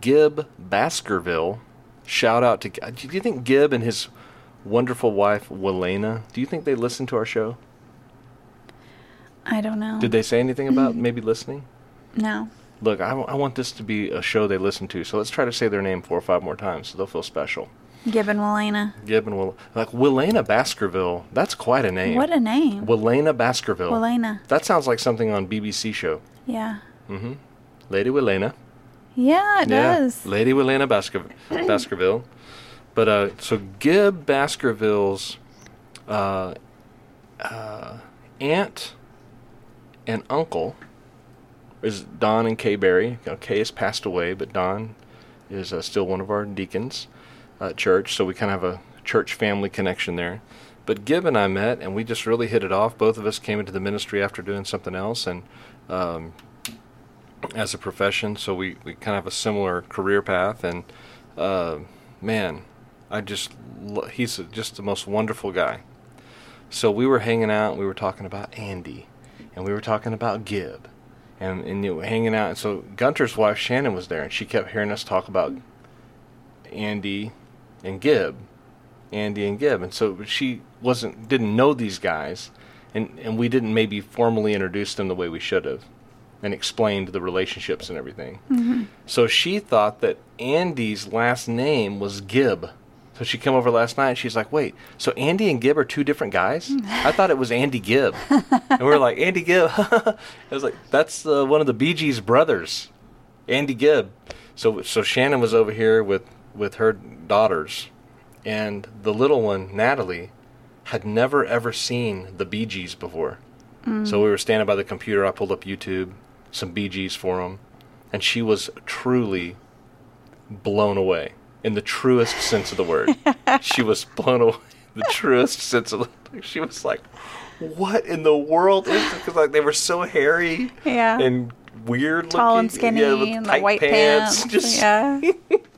[SPEAKER 1] Gib Baskerville. Shout out to. G- Do you think Gib and his wonderful wife Welena? Do you think they listen to our show?
[SPEAKER 2] I don't know.
[SPEAKER 1] Did they say anything about maybe listening?
[SPEAKER 2] No.
[SPEAKER 1] Look, I, w- I want this to be a show they listen to, so let's try to say their name four or five more times so they'll feel special.
[SPEAKER 2] Gibbon Welena.
[SPEAKER 1] Gibbon Will. Like, Willena Baskerville. That's quite a name.
[SPEAKER 2] What a name.
[SPEAKER 1] Willena Baskerville.
[SPEAKER 2] Welena.
[SPEAKER 1] That sounds like something on BBC show. Mm-hmm.
[SPEAKER 2] Yeah.
[SPEAKER 1] Lady Willena.
[SPEAKER 2] Yeah, it does.
[SPEAKER 1] Lady Willena Baskerv- Baskerville. But, uh, so Gib Baskerville's, uh, uh, aunt and uncle is Don and Kay Berry. Now, Kay has passed away, but Don is uh, still one of our deacons at church, so we kind of have a church family connection there. But Gib and I met, and we just really hit it off. Both of us came into the ministry after doing something else, and um, as a profession, so we, we kind of have a similar career path. And uh, man, I just lo- he's just the most wonderful guy. So we were hanging out, and we were talking about Andy, and we were talking about Gib, and and you know, hanging out. And so Gunter's wife Shannon was there, and she kept hearing us talk about Andy and Gib, Andy and Gib, and so she wasn't didn't know these guys, and and we didn't maybe formally introduce them the way we should have, and explained the relationships and everything. So she thought that Andy's last name was Gibb. So she came over last night and she's like, wait, so Andy and Gibb are two different guys? I thought it was Andy Gibb. and we were like, Andy Gibb. I was like, that's uh, one of the Bee Gees brothers, Andy Gibb. So, so Shannon was over here with, with her daughters. And the little one, Natalie, had never ever seen the Bee Gees before. So we were standing by the computer. I pulled up YouTube, some Bee Gees for him, and she was truly blown away in the truest sense of the word. she was blown away, the truest sense of. The, she was like, "What in the world is this?" Because like they were so hairy
[SPEAKER 2] Yeah.
[SPEAKER 1] and weird,
[SPEAKER 2] Tall
[SPEAKER 1] looking,
[SPEAKER 2] and skinny
[SPEAKER 1] yeah, with
[SPEAKER 2] and the
[SPEAKER 1] tight
[SPEAKER 2] white
[SPEAKER 1] pants.
[SPEAKER 2] pants.
[SPEAKER 1] Just-
[SPEAKER 2] Yeah.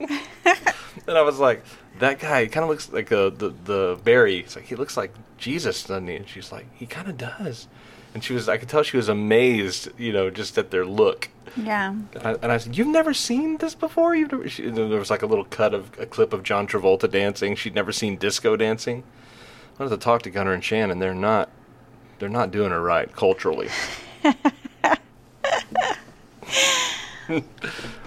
[SPEAKER 1] and I was like, that guy kind of looks like uh, the the Barry. It's like he looks like Jesus, doesn't he? And she's like, he kind of does. And she was, I could tell she was amazed, you know, just at their look.
[SPEAKER 2] yeah.
[SPEAKER 1] And I, and I said, you've never seen this before. You've never. She, and there was like a little cut of a clip of John Travolta dancing. She'd never seen disco dancing. I wanted to talk to Gunnar and Shannon. They're not, they're not doing it right culturally.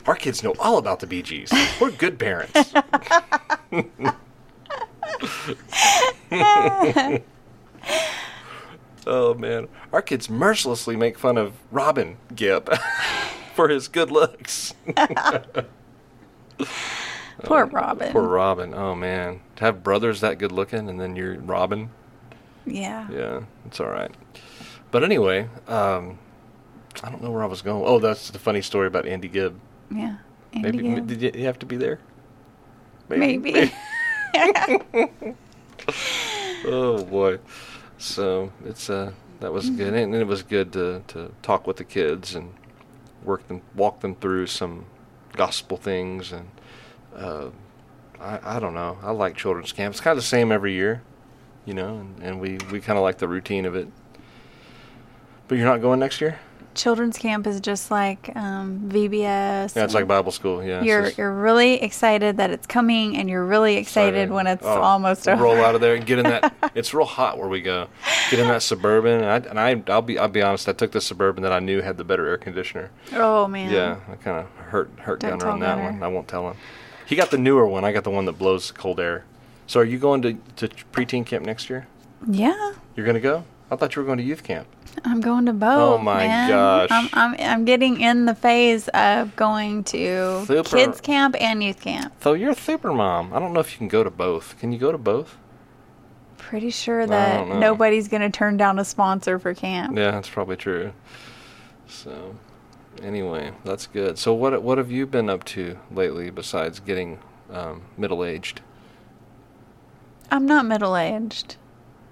[SPEAKER 1] Our kids know all about the Bee Gees. We're good parents. Oh man, our kids mercilessly make fun of Robin Gibb for his good looks.
[SPEAKER 2] Uh, Poor Robin.
[SPEAKER 1] Poor Robin. Oh man, to have brothers that good looking and then you're Robin.
[SPEAKER 2] yeah.
[SPEAKER 1] Yeah, it's all right. But anyway, um, I don't know where I was going. Oh, that's the funny story about Andy Gibb.
[SPEAKER 2] Yeah. And
[SPEAKER 1] Maybe
[SPEAKER 2] you.
[SPEAKER 1] m- did you- you have to be there?
[SPEAKER 2] Maybe.
[SPEAKER 1] Oh boy. So it's uh that was good, and it was good to to talk with the kids and work them walk them through some gospel things and uh, I I don't know I like children's camp. It's kind of the same every year, you know, and, and we we kind of like the routine of it. But you're not going next year?
[SPEAKER 2] Children's camp is just like um, VBS.
[SPEAKER 1] Yeah, it's like Bible school. Yeah, it's
[SPEAKER 2] You're
[SPEAKER 1] just-
[SPEAKER 2] you're really excited that it's coming, and you're really excited when it's
[SPEAKER 1] Oh,
[SPEAKER 2] almost over.
[SPEAKER 1] Roll out of there and get in that. it's real hot where we go. Get in that suburban, and I and I I'll be I'll be honest. I took the suburban that I knew had the better air conditioner.
[SPEAKER 2] Oh man.
[SPEAKER 1] Yeah, I kind of hurt hurt
[SPEAKER 2] Don't
[SPEAKER 1] Gunner on
[SPEAKER 2] tell
[SPEAKER 1] that
[SPEAKER 2] Gunner.
[SPEAKER 1] one. I won't tell him. He got the newer one. I got the one that blows cold air. So are you going to to preteen camp next year?
[SPEAKER 2] Yeah.
[SPEAKER 1] You're gonna go? I thought you were going to youth camp.
[SPEAKER 2] I'm going to
[SPEAKER 1] Oh,
[SPEAKER 2] both.
[SPEAKER 1] my
[SPEAKER 2] man.
[SPEAKER 1] gosh.
[SPEAKER 2] I'm, I'm I'm getting in the phase of going to
[SPEAKER 1] Super.
[SPEAKER 2] kids camp and youth camp.
[SPEAKER 1] So you're a super mom. I don't know if you can go to both. Can you go to both?
[SPEAKER 2] pretty sure
[SPEAKER 1] don't
[SPEAKER 2] that
[SPEAKER 1] know.
[SPEAKER 2] nobody's going to turn down a sponsor for camp.
[SPEAKER 1] Yeah, that's probably true. So, anyway, that's good. So, what what have you been up to lately besides getting um, middle aged?
[SPEAKER 2] I'm not middle aged.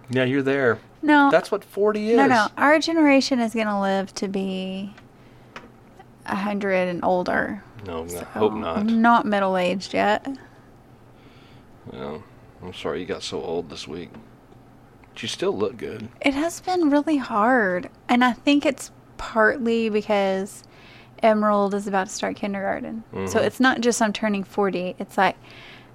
[SPEAKER 1] Yeah, you're there.
[SPEAKER 2] No.
[SPEAKER 1] That's what forty is.
[SPEAKER 2] No, no. Our generation is going to live to be a 100 and older.
[SPEAKER 1] No, I
[SPEAKER 2] So, mm-hmm.
[SPEAKER 1] hope not.
[SPEAKER 2] I'm not middle aged yet.
[SPEAKER 1] Well, I'm sorry you got so old this week. But you still look good.
[SPEAKER 2] It has been really hard. And I think it's partly because Emerald is about to start kindergarten. So
[SPEAKER 1] Mhm.
[SPEAKER 2] it's not just I'm turning 40. It's like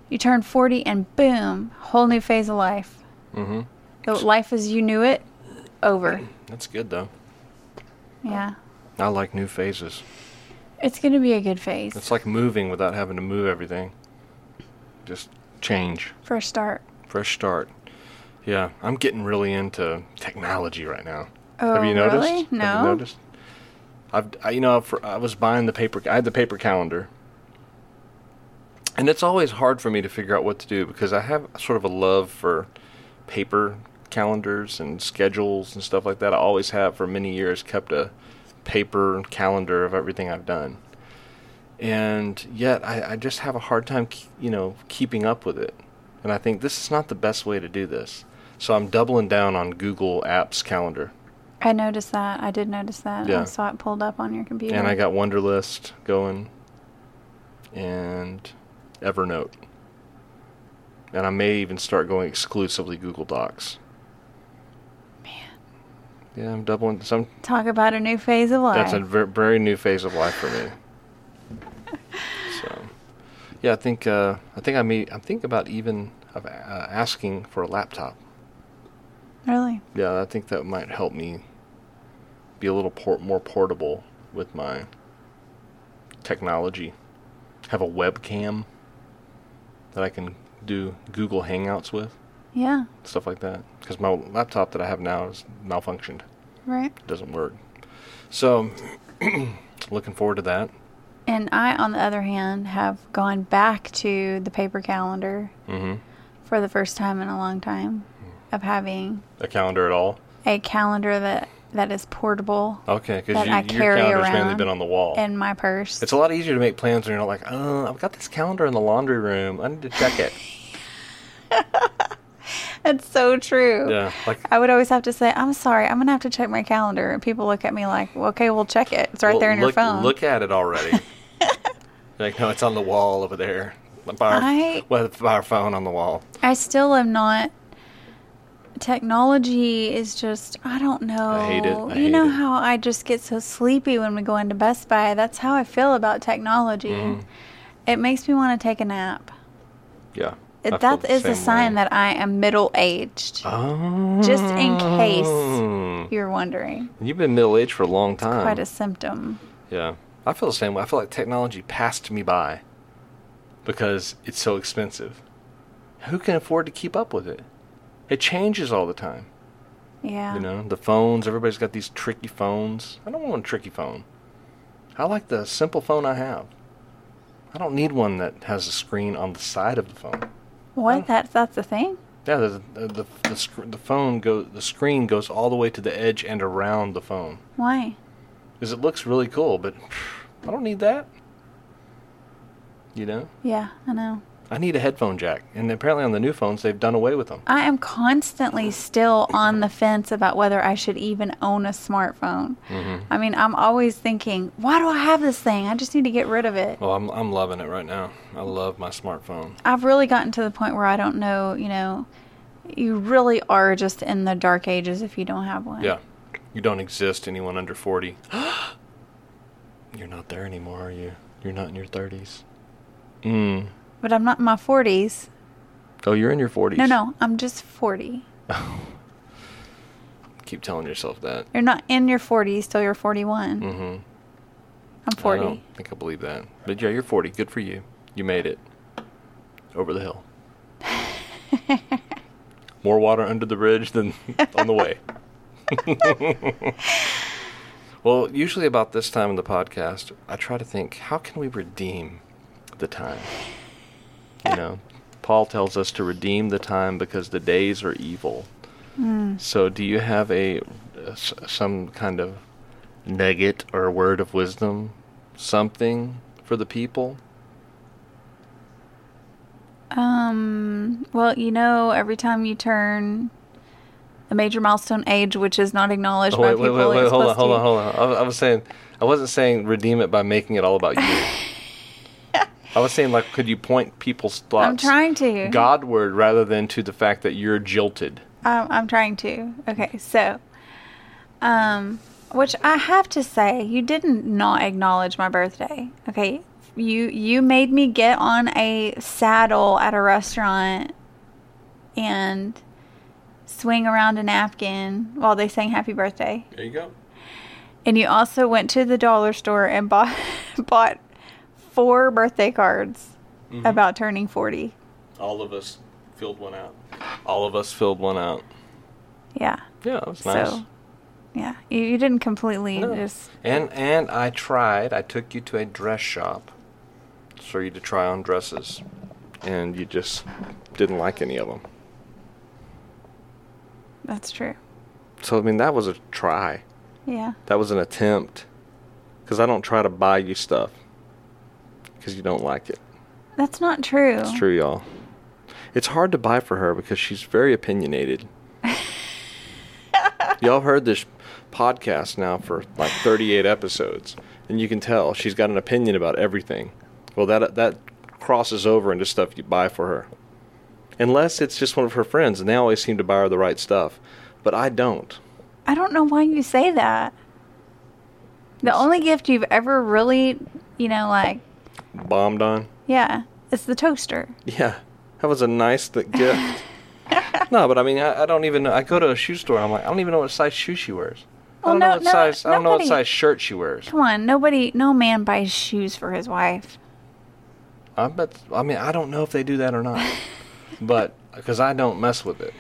[SPEAKER 2] you turn 40 and boom, whole new phase of life.
[SPEAKER 1] Mm-hmm.
[SPEAKER 2] The life as you knew it, over.
[SPEAKER 1] That's good though.
[SPEAKER 2] Yeah.
[SPEAKER 1] I like new phases.
[SPEAKER 2] It's going to be a good phase
[SPEAKER 1] It's like moving without having to move everything. Just change,
[SPEAKER 2] for a start.
[SPEAKER 1] fresh start. Yeah, I'm getting really into technology right now.
[SPEAKER 2] Oh,
[SPEAKER 1] Have you noticed?
[SPEAKER 2] really? No.
[SPEAKER 1] Have you noticed? I've, I, you know, for, I was buying the paper. I had the paper calendar, and it's always hard for me to figure out what to do because I have sort of a love for paper calendars and schedules and stuff like that. I always have for many years kept a paper calendar of everything I've done, and yet I, I just have a hard time, k- you know, keeping up with it. And I think this is not the best way to do this. So I'm doubling down on Google Apps calendar.
[SPEAKER 2] I noticed that. I did notice that.
[SPEAKER 1] Yeah.
[SPEAKER 2] I saw it pulled up on your computer.
[SPEAKER 1] And I got Wonderlist going and Evernote. And I may even start going exclusively Google Docs. Man. Yeah, I'm doubling some
[SPEAKER 2] Talk about a new phase of life.
[SPEAKER 1] that's a ver- very new phase of life for me. so yeah, I think uh, I think I may I'm thinking about even of uh, asking for a laptop.
[SPEAKER 2] really?
[SPEAKER 1] Yeah, I think that might help me be a little por- more portable with my technology. Have a webcam that I can do Google Hangouts with,
[SPEAKER 2] Yeah.
[SPEAKER 1] stuff like that. Because my laptop that I have now is malfunctioned,
[SPEAKER 2] Right.
[SPEAKER 1] it doesn't work. So, looking forward to that.
[SPEAKER 2] And I, on the other hand, have gone back to the paper calendar
[SPEAKER 1] Mm-hmm.
[SPEAKER 2] for the first time in a long time of having
[SPEAKER 1] A calendar at all?
[SPEAKER 2] a calendar that, that is portable
[SPEAKER 1] Okay, because
[SPEAKER 2] That
[SPEAKER 1] you,
[SPEAKER 2] I
[SPEAKER 1] your
[SPEAKER 2] carry
[SPEAKER 1] calendar's mainly
[SPEAKER 2] around
[SPEAKER 1] been on the wall.
[SPEAKER 2] in my purse.
[SPEAKER 1] it's a lot easier to make plans when you're not like, oh, I've got this calendar in the laundry room. I need to check it.
[SPEAKER 2] That's so true.
[SPEAKER 1] yeah, like
[SPEAKER 2] I would always have to say, I'm sorry, I'm going to have to check my calendar. And people look at me like, well, okay, we'll check it. It's right
[SPEAKER 1] Well,
[SPEAKER 2] there in your
[SPEAKER 1] look-
[SPEAKER 2] phone.
[SPEAKER 1] Look at it already. like, no, it's on the wall over there. By our,
[SPEAKER 2] I-
[SPEAKER 1] well, by our phone on the wall.
[SPEAKER 2] I still am not. Technology is just, I don't know.
[SPEAKER 1] hate it. I
[SPEAKER 2] you
[SPEAKER 1] hate
[SPEAKER 2] know
[SPEAKER 1] it.
[SPEAKER 2] how I just get so sleepy when we go into Best Buy? That's how I feel about technology.
[SPEAKER 1] Mm-hmm.
[SPEAKER 2] It makes me want to take a nap.
[SPEAKER 1] Yeah. I
[SPEAKER 2] It,
[SPEAKER 1] feel
[SPEAKER 2] that
[SPEAKER 1] the
[SPEAKER 2] is a
[SPEAKER 1] same
[SPEAKER 2] sign
[SPEAKER 1] way.
[SPEAKER 2] that I am middle aged,
[SPEAKER 1] Oh.
[SPEAKER 2] just in case you're wondering.
[SPEAKER 1] You've been middle aged for a long time.
[SPEAKER 2] Quite a symptom.
[SPEAKER 1] yeah. I feel the same way. I feel like technology passed me by because it's so expensive. Who can afford to keep up with it? It changes all the time.
[SPEAKER 2] Yeah.
[SPEAKER 1] You know, the phones, everybody's got these tricky phones. I don't want a tricky phone. I like the simple phone I have. I don't need one that has a screen on the side of the phone. um,
[SPEAKER 2] what? That's, that's the thing?
[SPEAKER 1] Yeah, the the the, the, sc- the phone goes the screen goes all the way to the edge and around the phone.
[SPEAKER 2] Why?
[SPEAKER 1] Cuz it looks really cool, but I don't need that. You know?
[SPEAKER 2] Yeah, I know.
[SPEAKER 1] I need a headphone jack, and apparently on the new phones they've done away with them.
[SPEAKER 2] I am constantly still on the fence about whether I should even own a smartphone. I mean, I'm always thinking, why do I have this thing? I just need to get rid of it.
[SPEAKER 1] Well, I'm I'm loving it right now. I love my smartphone.
[SPEAKER 2] I've really gotten to the point where I don't know, you know, you really are just in the dark ages if you don't have one.
[SPEAKER 1] Yeah. You don't exist, anyone under 40. You're not there anymore, are you? You're not in your 30s. Mm.
[SPEAKER 2] But I'm not in my 40s.
[SPEAKER 1] Oh, you're in your 40s.
[SPEAKER 2] No, no, I'm just 40.
[SPEAKER 1] Keep telling yourself that.
[SPEAKER 2] You're not in your 40s till you're 41. Mm-hmm.
[SPEAKER 1] Mm,
[SPEAKER 2] I'm
[SPEAKER 1] I
[SPEAKER 2] 40.
[SPEAKER 1] don't think I believe that. But yeah, you're 40. Good for you. You made it. Over the hill. More water under the bridge than on the way. well, usually about this time in the podcast, I try to think how can we redeem the time? You know, Paul tells us to redeem the time because the days are evil.
[SPEAKER 2] Mm.
[SPEAKER 1] So, do you have a, a s- some kind of nugget or word of wisdom, something for the people?
[SPEAKER 2] Um, well, you know, every time you turn a major milestone age, which is not acknowledged
[SPEAKER 1] Oh,
[SPEAKER 2] by
[SPEAKER 1] wait, wait,
[SPEAKER 2] people,
[SPEAKER 1] wait, wait,
[SPEAKER 2] it's
[SPEAKER 1] hold on,
[SPEAKER 2] supposed
[SPEAKER 1] hold on,
[SPEAKER 2] to-
[SPEAKER 1] hold on. I, was- I was saying, I wasn't saying redeem it by making it all about you. I was saying, like, could you point people's thoughts?
[SPEAKER 2] I'm trying to.
[SPEAKER 1] Godward rather than to the fact that you're jilted.
[SPEAKER 2] I'm, I'm trying to. Okay, so, um, which I have to say, you didn't not acknowledge my birthday. Okay, you you made me get on a saddle at a restaurant and swing around a napkin while they sang happy birthday.
[SPEAKER 1] There you go.
[SPEAKER 2] And you also went to the dollar store and bought bought four birthday cards
[SPEAKER 1] Mm-hmm.
[SPEAKER 2] about turning 40.
[SPEAKER 1] All of us filled one out. All of us filled one out.
[SPEAKER 2] Yeah.
[SPEAKER 1] Yeah, that was nice.
[SPEAKER 2] So yeah, you, you didn't completely
[SPEAKER 1] No.
[SPEAKER 2] just
[SPEAKER 1] And and I tried. I took you to a dress shop for you to try on dresses, and you just didn't like any of them.
[SPEAKER 2] that's true.
[SPEAKER 1] So I mean, that was a try.
[SPEAKER 2] Yeah.
[SPEAKER 1] That was an attempt. Because I don't try to buy you stuff. Because you don't like it.
[SPEAKER 2] That's not true.
[SPEAKER 1] It's true, y'all. It's hard to buy for her because she's very opinionated. y'all have heard this podcast now for like 38 episodes, and you can tell she's got an opinion about everything. Well, that that crosses over into stuff you buy for her, unless it's just one of her friends, and they always seem to buy her the right stuff. But I don't.
[SPEAKER 2] I don't know why you say that. The only gift you've ever really, you know, like,
[SPEAKER 1] Bombed on.
[SPEAKER 2] yeah, it's the toaster.
[SPEAKER 1] Yeah, that was a nice th- gift. no, but I mean, I, I don't even know. I go to a shoe store and I'm like, I don't even know what size shoe she wears. I
[SPEAKER 2] Well,
[SPEAKER 1] don't
[SPEAKER 2] no-
[SPEAKER 1] know what
[SPEAKER 2] no,
[SPEAKER 1] size. I don't know what
[SPEAKER 2] nobody-
[SPEAKER 1] size shirt she wears.
[SPEAKER 2] Come on, nobody, no man buys shoes for his wife.
[SPEAKER 1] I bet. I mean, I don't know if they do that or not, but because I don't mess with it.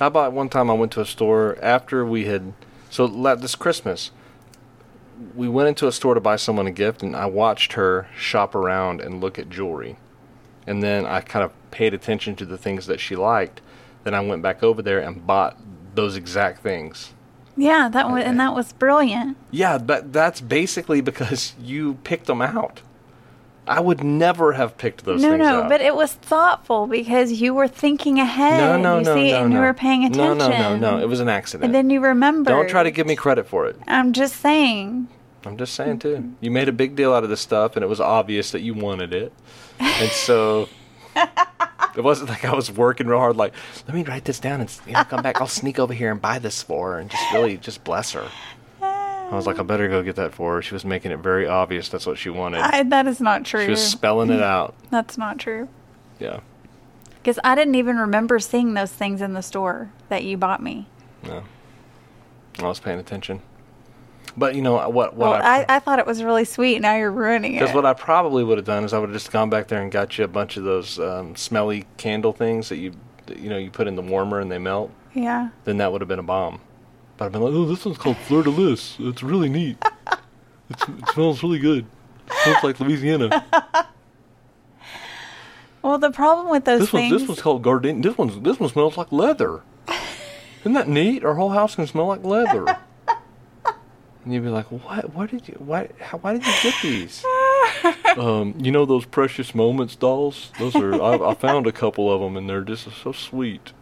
[SPEAKER 1] I bought one time. I went to a store after we had. So la- this Christmas, we went into a store to buy someone a gift, and I watched her shop around and look at jewelry, and then I kind of paid attention to the things that she liked. Then I went back over there and bought those exact things.
[SPEAKER 2] Yeah, that was, and that was brilliant.
[SPEAKER 1] Yeah, that that's basically because you picked them out. I would never have picked those
[SPEAKER 2] No,
[SPEAKER 1] things out.
[SPEAKER 2] no, but it was thoughtful because you were thinking ahead.
[SPEAKER 1] No, no,
[SPEAKER 2] you
[SPEAKER 1] no,
[SPEAKER 2] see,
[SPEAKER 1] no,
[SPEAKER 2] and
[SPEAKER 1] no.
[SPEAKER 2] you were paying attention.
[SPEAKER 1] No, no, no, no. It was an accident.
[SPEAKER 2] and then you remember.
[SPEAKER 1] Don't try to give me credit for it.
[SPEAKER 2] I'm just saying.
[SPEAKER 1] I'm just saying too. You made a big deal out of this stuff, and it was obvious that you wanted it, and so it wasn't like I was working real hard. Like, let me write this down and you know, come back. I'll sneak over here and buy this for her, and just really just bless her. I was like, I better go get that for her. She was making it very obvious that's what she wanted.
[SPEAKER 2] I, that is not
[SPEAKER 1] She
[SPEAKER 2] true.
[SPEAKER 1] was spelling it out.
[SPEAKER 2] That's not true.
[SPEAKER 1] Yeah.
[SPEAKER 2] Because I didn't even remember seeing those things in the store that you bought me.
[SPEAKER 1] No. I was paying attention. But you know what? What
[SPEAKER 2] Well,
[SPEAKER 1] I,
[SPEAKER 2] I, I thought it was really sweet. Now you're ruining
[SPEAKER 1] Because
[SPEAKER 2] it.
[SPEAKER 1] what I probably would have done is I would have just gone back there and got you a bunch of those um, smelly candle things that you, that, you know, you put in the warmer and they melt.
[SPEAKER 2] yeah.
[SPEAKER 1] Then that would have been a bomb. But I've been like, oh, this one's called Fleur de Lis. It's really neat. It's, it smells really good. It smells like Louisiana.
[SPEAKER 2] Well, the problem with those
[SPEAKER 1] This one,
[SPEAKER 2] things.
[SPEAKER 1] this one's called Gardenia. This one's, this one smells like leather. Isn't that neat? Our whole house can smell like leather. And you'd be like, what? What did you? Why? How, why did you get these? um, you know those precious moments dolls? Those are. I, I found a couple of them, and they're just so sweet.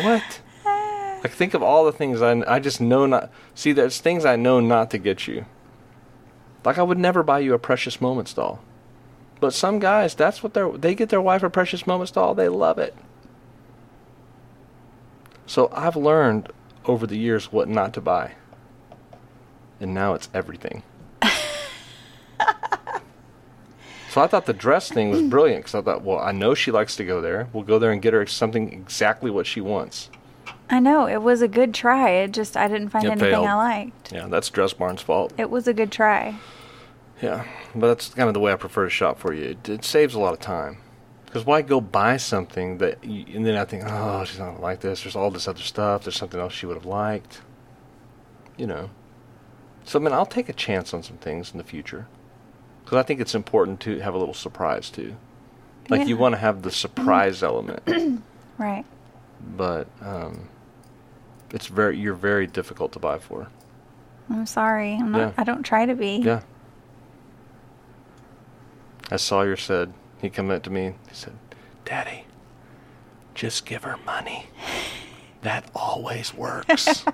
[SPEAKER 1] What? Like think of all the things I, I just know not. See, there's things I know not to get you. Like I would never buy you a precious moments doll. But some guys, that's what they're they get their wife a precious moments doll. They love it. So I've learned over the years what not to buy. And now it's everything. so I thought the dress thing was brilliant because I thought, well, I know she likes to go there. We'll go there and get her something exactly what she wants.
[SPEAKER 2] I know it was a good try. It just I didn't find
[SPEAKER 1] It
[SPEAKER 2] anything
[SPEAKER 1] failed.
[SPEAKER 2] I liked.
[SPEAKER 1] Yeah, that's Dress Barn's fault.
[SPEAKER 2] It was a good try.
[SPEAKER 1] Yeah, but that's kind of the way I prefer to shop for you. It, it saves a lot of time. Because why go buy something that, you, and then I think, oh, she's not gonna like this. There's all this other stuff. There's something else she would have liked. You know. So I mean, I'll take a chance on some things in the future. Because I think it's important to have a little surprise too. Like
[SPEAKER 2] Yeah.
[SPEAKER 1] you want to have the surprise element,
[SPEAKER 2] Right.
[SPEAKER 1] but um, it's very you're very difficult to buy for.
[SPEAKER 2] I'm sorry. I'm not,
[SPEAKER 1] Yeah.
[SPEAKER 2] I don't try to be.
[SPEAKER 1] Yeah. As Sawyer said, he come up to me. He said, "Daddy, just give her money. That always works."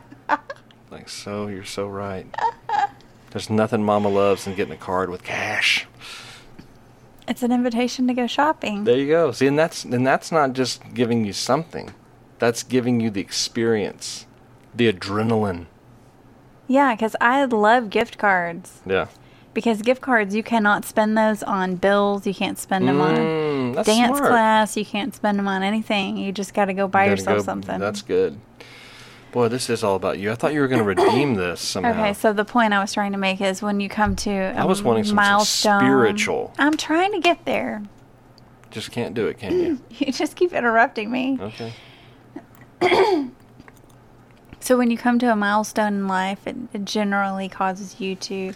[SPEAKER 1] like so, you're so right. There's nothing Mama loves than getting a card with cash.
[SPEAKER 2] It's an invitation to go shopping.
[SPEAKER 1] There you go. See, and that's and that's not just giving you something. That's giving you the experience, the adrenaline.
[SPEAKER 2] yeah, because I love gift cards.
[SPEAKER 1] Yeah.
[SPEAKER 2] Because gift cards, you cannot spend those on bills. You can't spend them
[SPEAKER 1] Mm,
[SPEAKER 2] on
[SPEAKER 1] that's
[SPEAKER 2] dance
[SPEAKER 1] smart.
[SPEAKER 2] class. You can't spend them on anything. You just got to go buy
[SPEAKER 1] Gotta
[SPEAKER 2] yourself
[SPEAKER 1] go-
[SPEAKER 2] something.
[SPEAKER 1] That's good. Boy, this is all about you. I thought you were going to redeem this somehow.
[SPEAKER 2] Okay, so the point I was trying to make is when you come to a
[SPEAKER 1] I was wanting something
[SPEAKER 2] milestone,
[SPEAKER 1] spiritual.
[SPEAKER 2] I'm trying to get there.
[SPEAKER 1] Just can't do it, can you?
[SPEAKER 2] You just keep interrupting me.
[SPEAKER 1] Okay.
[SPEAKER 2] So when you come to a milestone in life, it, it generally causes you to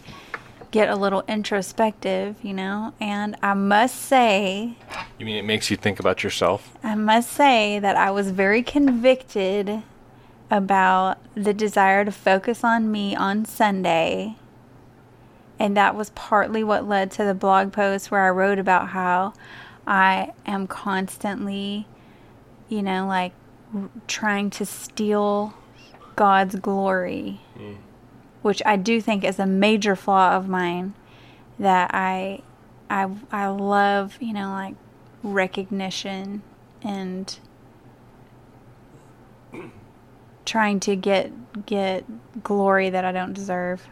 [SPEAKER 2] get a little introspective, you know. And I must say,
[SPEAKER 1] You mean it makes you think about yourself?
[SPEAKER 2] I must say that I was very convicted about the desire to focus on me on Sunday. And that was partly what led to the blog post where I wrote about how I am constantly, you know, like r- trying to steal God's glory,
[SPEAKER 1] Mm.
[SPEAKER 2] which I do think is a major flaw of mine that I I I love, you know, like recognition and trying to get get glory that I don't deserve.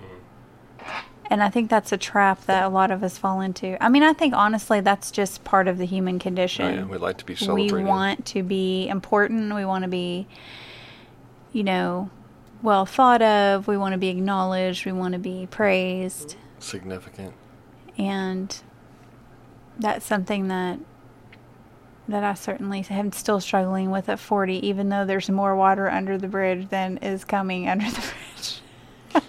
[SPEAKER 1] Mm.
[SPEAKER 2] And I think that's a trap that a lot of us fall into. I mean, I think honestly that's just part of the human
[SPEAKER 1] Oh,
[SPEAKER 2] condition
[SPEAKER 1] yeah. We'd like to be
[SPEAKER 2] we
[SPEAKER 1] celebrated.
[SPEAKER 2] want to be important. We want to be, you know, well thought of. We want to be acknowledged. We want to be praised.
[SPEAKER 1] Significant.
[SPEAKER 2] And that's something that that I certainly am still struggling with at 40, even though there's more water under the bridge than is coming under the bridge.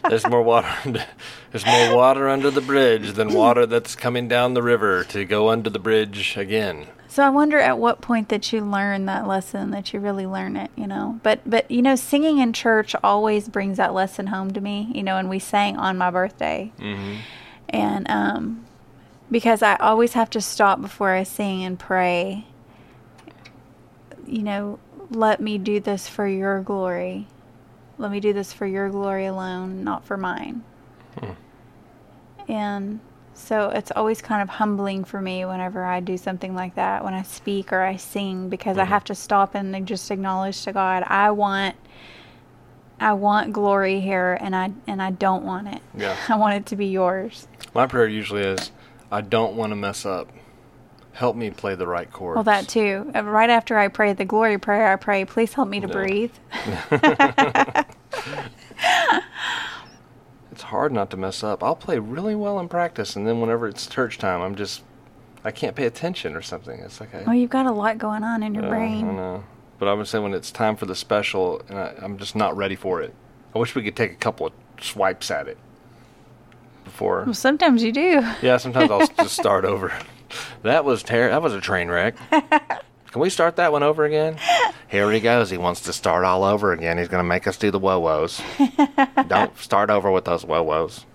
[SPEAKER 1] There's more water. Under, there's more water under the bridge than water that's coming down the river to go under the bridge again.
[SPEAKER 2] So I wonder at what point that you learn that lesson, that you really learn it, you know. But but you know, singing in church always brings that lesson home to me, you know. And we sang on my birthday,
[SPEAKER 1] Mm-hmm.
[SPEAKER 2] and um, because I always have to stop before I sing and pray. You know, let me do this for your glory. Let me do this for your glory alone, not for mine. And so it's always kind of humbling for me whenever I do something like that, when I speak or I sing, because I have to stop and just acknowledge to God, I want. I want glory here and I and I don't want it.
[SPEAKER 1] Yeah.
[SPEAKER 2] I want it to be yours.
[SPEAKER 1] My prayer usually is, I don't want to mess up. Help me play the right chords.
[SPEAKER 2] Well, that too. Uh, Right after I pray the glory prayer, I pray, please help me to
[SPEAKER 1] No.
[SPEAKER 2] breathe.
[SPEAKER 1] It's hard not to mess up. I'll play really well in practice, and then whenever it's church time, I'm just, I can't pay attention or something. It's like I,
[SPEAKER 2] Well, Oh, you've got a lot going on in your
[SPEAKER 1] Yeah, I
[SPEAKER 2] brain.
[SPEAKER 1] know. But I would say when it's time for the special, and I, I'm just not ready for it. I wish we could take a couple of swipes at it before.
[SPEAKER 2] Well, sometimes you do.
[SPEAKER 1] Yeah, sometimes I'll just start over. That was ter- That was a train wreck. Can we start that one over again? Here he goes. He wants to start all over again. He's going to make us do the wo wo's. Don't start over with those wo wo's.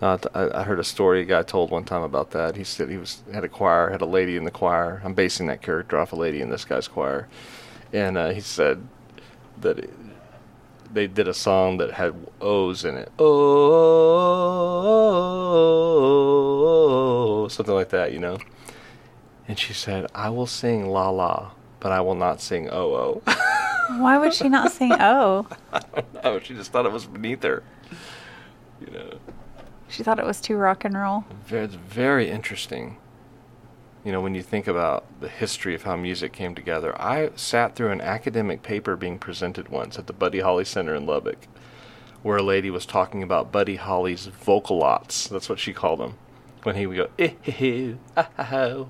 [SPEAKER 1] No, I, th- I I heard a story a guy told one time about that. He said he was had a choir, had a lady in the choir. I'm basing that character off a lady in this guy's choir, and uh, he said that it, they did a song that had O's in it. Oh, something like that, you know. And she said, "I will sing la la, but I will not sing oh oh."
[SPEAKER 2] Why would she not sing oh?
[SPEAKER 1] oh, she just thought it was beneath her, you know.
[SPEAKER 2] She thought it was too rock and roll.
[SPEAKER 1] Ve- It's very interesting. You know, when you think about the history of how music came together, I sat through an academic paper being presented once at the Buddy Holly Center in Lubbock, where a lady was talking about Buddy Holly's vocalots. That's what she called them. When he would go, eh, hee, hee, ah, ha, ho.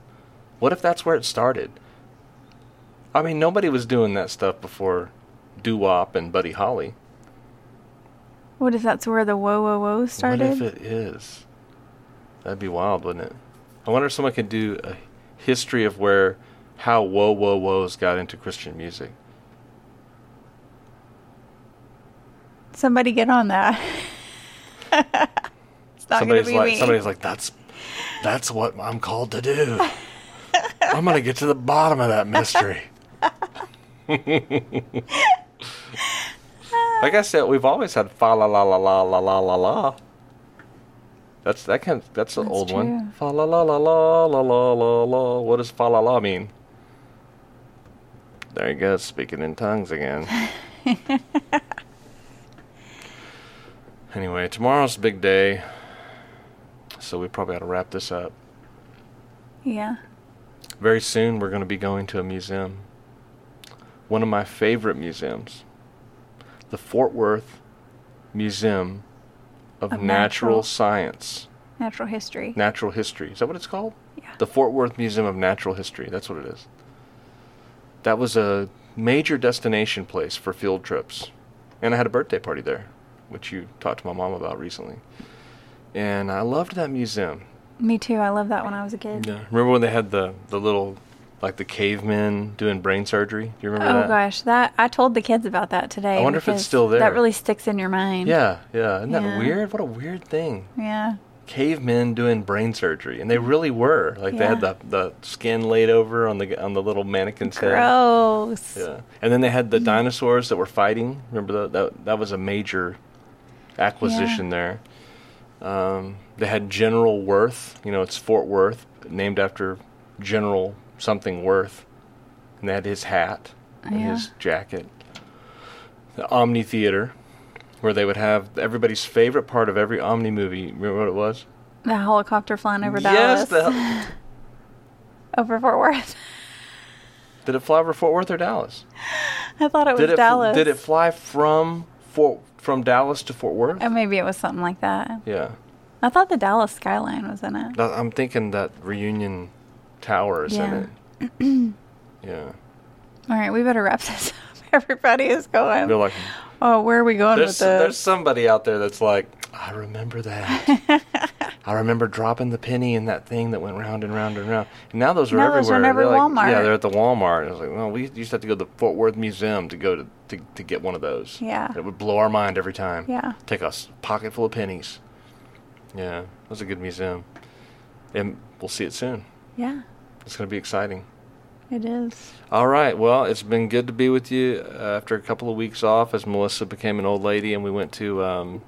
[SPEAKER 1] What if that's where it started? I mean, nobody was doing that stuff before doo wop and Buddy Holly.
[SPEAKER 2] What if that's where the whoa whoa whoa
[SPEAKER 1] What if
[SPEAKER 2] started?
[SPEAKER 1] it is? That'd be wild, wouldn't it? I wonder if someone could do a history of where how whoa whoa whoas got into Christian music.
[SPEAKER 2] Somebody get on that. it's not
[SPEAKER 1] somebody's
[SPEAKER 2] going to be
[SPEAKER 1] like
[SPEAKER 2] me.
[SPEAKER 1] somebody's like that's that's what I'm called to do. I'm gonna get to the bottom of that mystery. like I said, we've always had fa la la la la la la la la. That's that kind. that's an
[SPEAKER 2] That's
[SPEAKER 1] old
[SPEAKER 2] true.
[SPEAKER 1] one. Fa la la la la la la la la. What does fa la la mean? There he goes, speaking in tongues again. anyway, tomorrow's a big day, so we probably ought to wrap this up.
[SPEAKER 2] yeah.
[SPEAKER 1] Very soon, we're going to be going to a museum. One of my favorite museums, the Fort Worth Museum of,
[SPEAKER 2] Of
[SPEAKER 1] Natural,
[SPEAKER 2] Natural-
[SPEAKER 1] Science,
[SPEAKER 2] Natural history.
[SPEAKER 1] Natural History. Is that what it's called?
[SPEAKER 2] yeah.
[SPEAKER 1] The Fort Worth Museum of Natural History. That's what it is. That was a major destination place for field trips. And I had a birthday party there, which you talked to my mom about recently. And I loved that museum.
[SPEAKER 2] Me too. I loved that when I was a kid.
[SPEAKER 1] Yeah. Remember when they had the, the little, like the cavemen doing brain surgery? Do you remember
[SPEAKER 2] Oh
[SPEAKER 1] that?
[SPEAKER 2] gosh, that I told the kids about that today.
[SPEAKER 1] I wonder if it's
[SPEAKER 2] because
[SPEAKER 1] still there.
[SPEAKER 2] That really sticks in your mind.
[SPEAKER 1] Yeah, yeah. Isn't that
[SPEAKER 2] Yeah.
[SPEAKER 1] weird? What a weird thing.
[SPEAKER 2] Yeah.
[SPEAKER 1] Cavemen doing brain surgery, and they really were. Like they had
[SPEAKER 2] Yeah.
[SPEAKER 1] the, the skin laid over on the on the little mannequin's head.
[SPEAKER 2] Gross.
[SPEAKER 1] Yeah, and then they had the dinosaurs that were fighting. Remember that that, that was a major acquisition there. Um, they had General Worth. You know, it's Fort Worth, named after General something Worth, and they had his hat and
[SPEAKER 2] Yeah.
[SPEAKER 1] his jacket. The Omni Theater, where they would have everybody's favorite part of every Omni movie. Remember what it was?
[SPEAKER 2] The helicopter flying over Dallas,
[SPEAKER 1] yes, the hel-
[SPEAKER 2] over Fort Worth.
[SPEAKER 1] did it fly over Fort Worth or Dallas?
[SPEAKER 2] I thought it was
[SPEAKER 1] Did it fl-
[SPEAKER 2] Dallas.
[SPEAKER 1] did it fly from Fort from Dallas to Fort Worth?
[SPEAKER 2] Oh, maybe it was something like that.
[SPEAKER 1] Yeah.
[SPEAKER 2] I thought the Dallas skyline was in it.
[SPEAKER 1] That- I'm thinking that Reunion Tower is
[SPEAKER 2] Yeah.
[SPEAKER 1] in it. yeah.
[SPEAKER 2] All right, we better wrap this up. Everybody is going.
[SPEAKER 1] They're like,
[SPEAKER 2] oh, where are we going
[SPEAKER 1] there's,
[SPEAKER 2] with this?
[SPEAKER 1] there's somebody out there that's like, I remember that. I remember dropping the penny in that thing that went round and round and round. And now those are
[SPEAKER 2] Now
[SPEAKER 1] everywhere.
[SPEAKER 2] those are in every
[SPEAKER 1] They're like-
[SPEAKER 2] Walmart.
[SPEAKER 1] Yeah, they're at the Walmart. It's like, well, we used to have to go to the Fort Worth Museum to go to, to, to get one of those.
[SPEAKER 2] Yeah.
[SPEAKER 1] It would blow our mind every time.
[SPEAKER 2] Yeah.
[SPEAKER 1] Take a s- pocket full of pennies. Yeah, it was a good museum. And we'll see it soon.
[SPEAKER 2] Yeah,
[SPEAKER 1] It's going to be exciting.
[SPEAKER 2] it is.
[SPEAKER 1] All right. Well, it's been good to be with you uh, after a couple of weeks off as Melissa became an old lady and we went to um,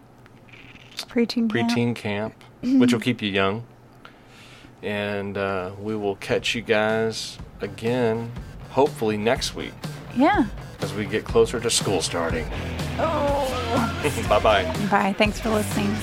[SPEAKER 2] Preteen. camp.
[SPEAKER 1] preteen camp, which will keep you young. And uh, we will catch you guys again, hopefully next week,
[SPEAKER 2] Yeah.
[SPEAKER 1] as we get closer to school starting.
[SPEAKER 2] Oh.
[SPEAKER 1] bye bye.
[SPEAKER 2] Bye. Thanks for listening.